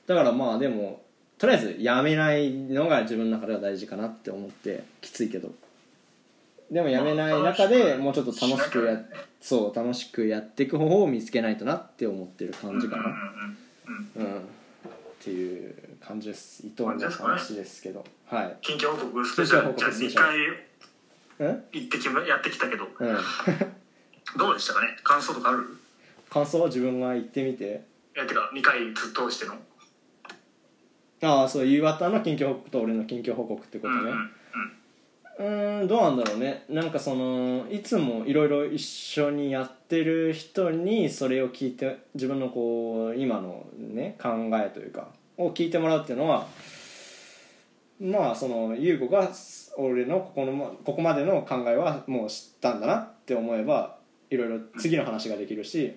Speaker 1: だからまあでもとりあえずやめないのが自分の中では大事かなって思ってきついけどでもやめない中でもうちょっと楽しくやっそう楽しくやっていく方法を見つけないとなって思ってる感じか
Speaker 3: う
Speaker 1: な
Speaker 3: んうんうんうん
Speaker 1: うんっていう感じです伊藤の
Speaker 3: 感じですかね
Speaker 1: 話ですけど はい
Speaker 3: 近況報告スペシャ
Speaker 1: 近況
Speaker 3: ル
Speaker 1: 報
Speaker 3: じゃあ
Speaker 1: 告スペ
Speaker 3: 2
Speaker 1: シャ
Speaker 3: 回
Speaker 1: うん
Speaker 3: 行ってきまやってきたけど、
Speaker 1: うん
Speaker 3: どうでしたかね感想とかある
Speaker 1: 感想は自分が言ってみて
Speaker 3: いやてか2回ずっと通しての
Speaker 1: ああそう夕方の近況報告と俺の近況報告ってこと
Speaker 3: うんうん
Speaker 1: ね
Speaker 3: うん
Speaker 1: うーんどうなんだろうねなんかそのいつもいろいろ一緒にやってる人にそれを聞いて自分のこう今のね考えというかを聞いてもらうっていうのはまあその優子が俺のここのまここまでの考えはもう知ったんだなって思えばいろいろ次の話ができるし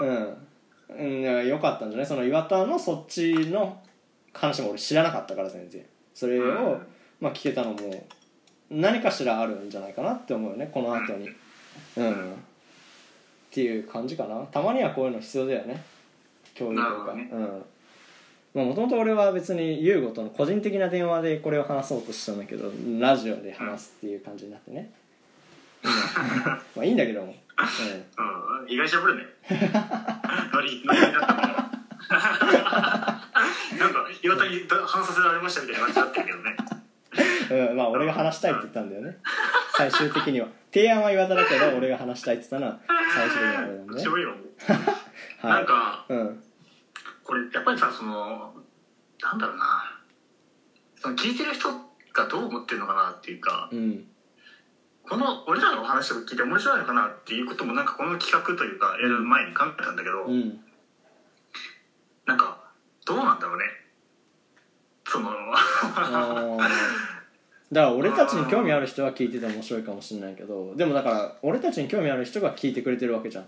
Speaker 1: うん、うん、だからよかったんじゃないその岩田のそっちの話も俺知らなかったから全然それ
Speaker 3: う
Speaker 1: を
Speaker 3: ん、
Speaker 1: まあ、聞けたのも何かしらあるんじゃないかなって思うよねこの後にうんっていう感じかなたまにはこういうの必要だよね共有と
Speaker 3: なる
Speaker 1: いう
Speaker 3: ほ
Speaker 1: か
Speaker 3: どね
Speaker 1: うんまあもともと俺は別に優吾との個人的な電話でこれを話そうとしたんだけどラジオで話すっていう感じになって ね、うんまあいいんだけども、うん、
Speaker 3: うん、意外しゃぶる ねノリノリだったもん なんか岩田に話させられましたみたいな感じだったけどね
Speaker 1: うん、まあ俺が話したいって言ったんだよね最終的には提案は岩田だけど俺が話したいって言ったのは最終的には俺なん
Speaker 3: ど
Speaker 1: だ
Speaker 3: っ
Speaker 1: ね
Speaker 3: ちでもいいわ
Speaker 1: は
Speaker 3: ないんか
Speaker 1: うん
Speaker 3: これやっぱりさそのなんだろうなその聞いてる人がどう思ってるのかなっていうか
Speaker 1: うん
Speaker 3: この俺らのお話を聞いて面白いのかなっていうこともなんかこの企画というかやる前に考えたんだけど、
Speaker 1: うん
Speaker 3: なんかどうなんだろうねそ
Speaker 1: あ
Speaker 3: の
Speaker 1: ーだから俺たちに興味ある人は聞いてて面白いかもしれないけどでもだから俺たちに興味ある人が聞いてくれてるわけじゃん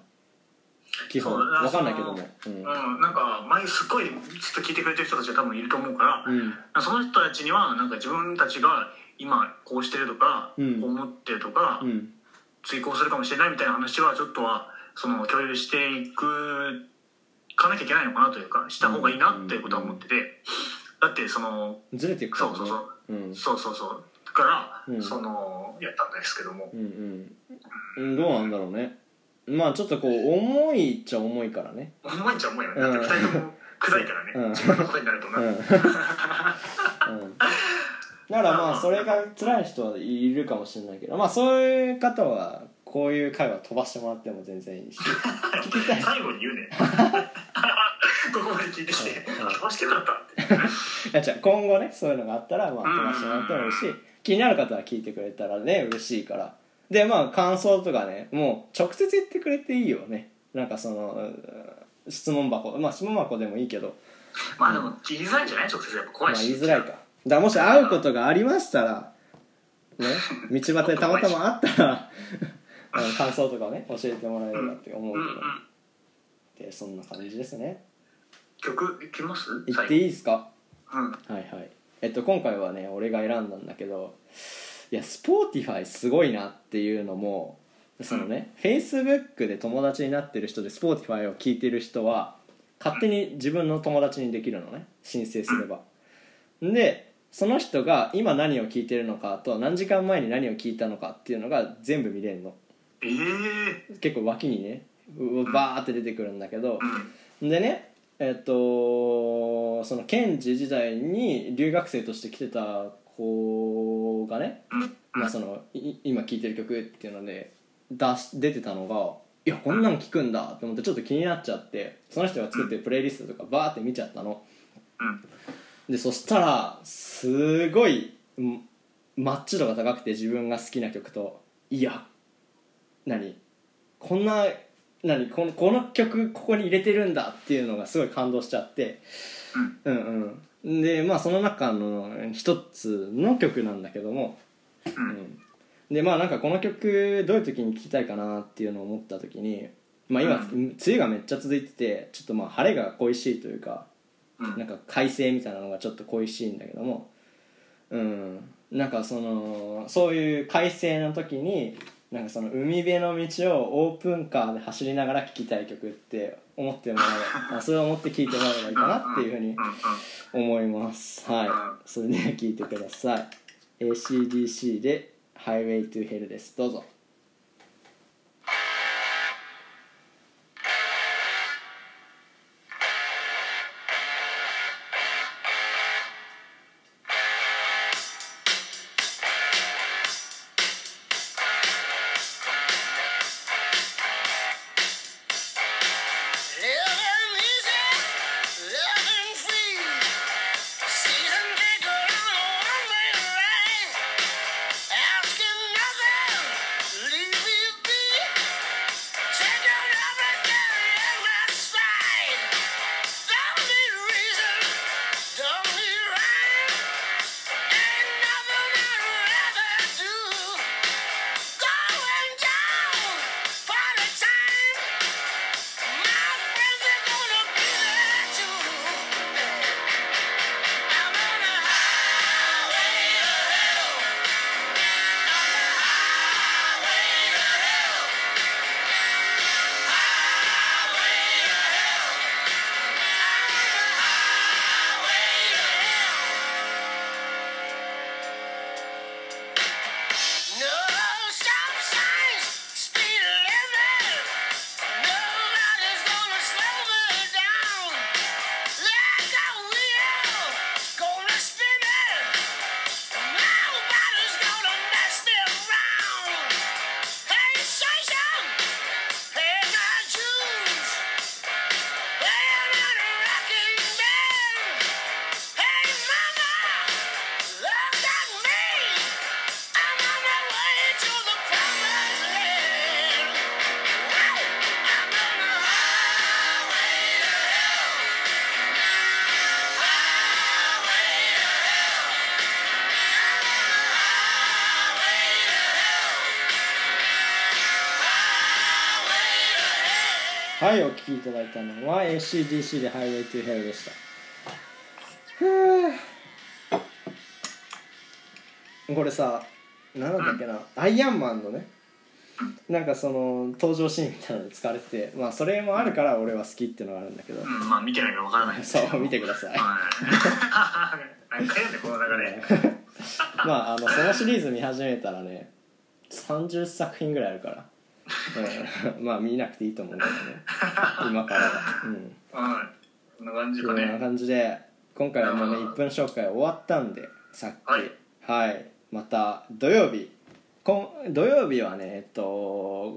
Speaker 1: 基本
Speaker 3: そうだから
Speaker 1: わかんないけども
Speaker 3: うん、なんか前すっごいちょっと聞いてくれてる人たちが多分いると思うから、
Speaker 1: うんうん
Speaker 3: その人たちにはなんか自分たちが今こうしてるとか、
Speaker 1: うん
Speaker 3: こう思ってるとか、
Speaker 1: うん
Speaker 3: 追行するかもしれないみたいな話はちょっとはその共有していくかなきゃいけないのかなというかした方がいいなっていうことは思ってて、だってその
Speaker 1: ずれていくからね
Speaker 3: そうそう
Speaker 1: うん
Speaker 3: そうそうそうだから、
Speaker 1: うん
Speaker 3: そのやったんですけども、
Speaker 1: うんうんどうなんだろうねまあちょっとこう重いっちゃ重いからね
Speaker 3: 重いっちゃ重いよ
Speaker 1: う
Speaker 3: ねだ
Speaker 1: ん
Speaker 3: って2人とも砕いたらね、
Speaker 1: うん
Speaker 3: 自分のことになると思
Speaker 1: う
Speaker 3: う、
Speaker 1: んうんだからまあそれが辛い人はいるかもしれないけどまあそういう方はこ ういう会話飛ばしてもらっても全然いいし
Speaker 3: 最後に言うねここまで聞いてきて
Speaker 1: うんうん
Speaker 3: あ飛ばしてよかったって
Speaker 1: いや違う今後ねそういうのがあったらまあ飛ばしてもらってもいいし気になる方は聞いてくれたらね嬉しいからでまあ感想とかねもう直接言ってくれていいよねなんかそのうん質問箱まあ質問箱でもいいけど、
Speaker 3: まあでも言いづらいんじゃない直接やっぱ
Speaker 1: ま
Speaker 3: 怖
Speaker 1: あ、
Speaker 3: いし
Speaker 1: 言いづらいかだからもし会うことがありましたらね道端でたまたま会った らあの感想とかをね教えてもらえればって思う
Speaker 3: うんうん
Speaker 1: けどでそんな感じですね
Speaker 3: 曲いきます
Speaker 1: 言ってい
Speaker 3: い
Speaker 1: いですか
Speaker 3: うん
Speaker 1: はいはいえっと今回はね俺が選んだんだけどいや Spotify すごいなっていうのもそのね、Facebook で友達になってる人で Spotify を聞いてる人は勝手に自分の友達にできるのね申請すれば、でその人が今何を聞いてるのかと何時間前に何を聞いたのかっていうのが全部見れるの
Speaker 3: ええ
Speaker 1: 結構脇にねうバーって出てくるんだけど、
Speaker 3: うん
Speaker 1: でねえっとその検事時代に留学生として来てた子がね、
Speaker 3: うん
Speaker 1: まあ、そのい今聴いてる曲っていうので出し出てたのがいやこんなん聴くんだと思ってちょっと気になっちゃってその人が作ってるプレイリストとかバーって見ちゃったの
Speaker 3: うん
Speaker 1: でそしたらすごいんマッチ度が高くて自分が好きな曲といや何こんな何このこの曲ここに入れてるんだっていうのがすごい感動しちゃって、うん、うんでまあその中の一つの曲なんだけども、
Speaker 3: うん
Speaker 1: うんでまあなんかこの曲どういう時に聴きたいかなっていうのを思った時にまあ今、
Speaker 3: う
Speaker 1: 梅雨がめっちゃ続いててちょっとまあ晴れが恋しいというか
Speaker 3: うん
Speaker 1: なんか快晴みたいなのがちょっと恋しいんだけどもうんなんかそのそういう快晴の時になんかその海辺の道をオープンカーで走りながら聴きたい曲って思ってもら えあそれを思って聴いてもらえばいいかなっていうふうに
Speaker 3: うんうん
Speaker 1: 思い ますはいそれでは聴いてください ACDC で「Highway to Hell」ですどうぞ
Speaker 4: Time! My friends are gonna be there too. I'm on a highway to hell. On a highway to hell. Highway to hell. I'm on a highway to hell. No stop signs, speed limit. Nobody's gonna slow me down. Like a wheel, gonna spin it. Nobody's gonna mess me around. Hey station, pay my dues. Hey, I'm a rocking band. Hey mama, look at me. I'm on my way to the promised land. I'm on the highway to hell. Highway to hell. Highway to hell. Highway to hell.
Speaker 1: はいお聴きいただいたのは ACDC で「Highway to Hell」でしたふぅこれさ何だったっけな、アイアンマンのねなんかその登場シーンみたいなので使われててまあそれもあるから俺は好きっていうのがあるんだけど
Speaker 3: うんまあ見てないからわからないですけど
Speaker 1: そう見てください
Speaker 3: はい何回やねんこの流れ
Speaker 1: まああのそのシリーズ見始めたらね30作品ぐらいあるから、うん、まあ見なくていいと思うんだけどね今からはうん
Speaker 3: はいこんな感じ
Speaker 1: こ
Speaker 3: か
Speaker 1: んな
Speaker 3: ね
Speaker 1: 感じで今回はもうね
Speaker 3: あー
Speaker 1: 1分紹介終わったんでさっきは
Speaker 3: はいい、
Speaker 1: また土曜日こん土曜日はねえっと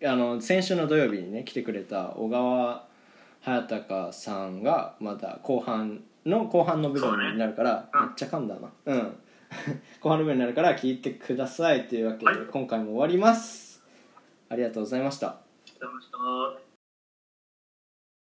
Speaker 1: うあの先週の土曜日にね来てくれた小川早高さんがまた後半の後半の部
Speaker 3: そう
Speaker 1: 分
Speaker 3: ね
Speaker 1: になるから、
Speaker 3: う
Speaker 1: め
Speaker 3: ん
Speaker 1: っちゃ噛んだなうん 後半の部分になるから聞いてくださいというわけで、
Speaker 3: はい
Speaker 1: 今回も終わりますありがとうございました
Speaker 3: ありがとうございました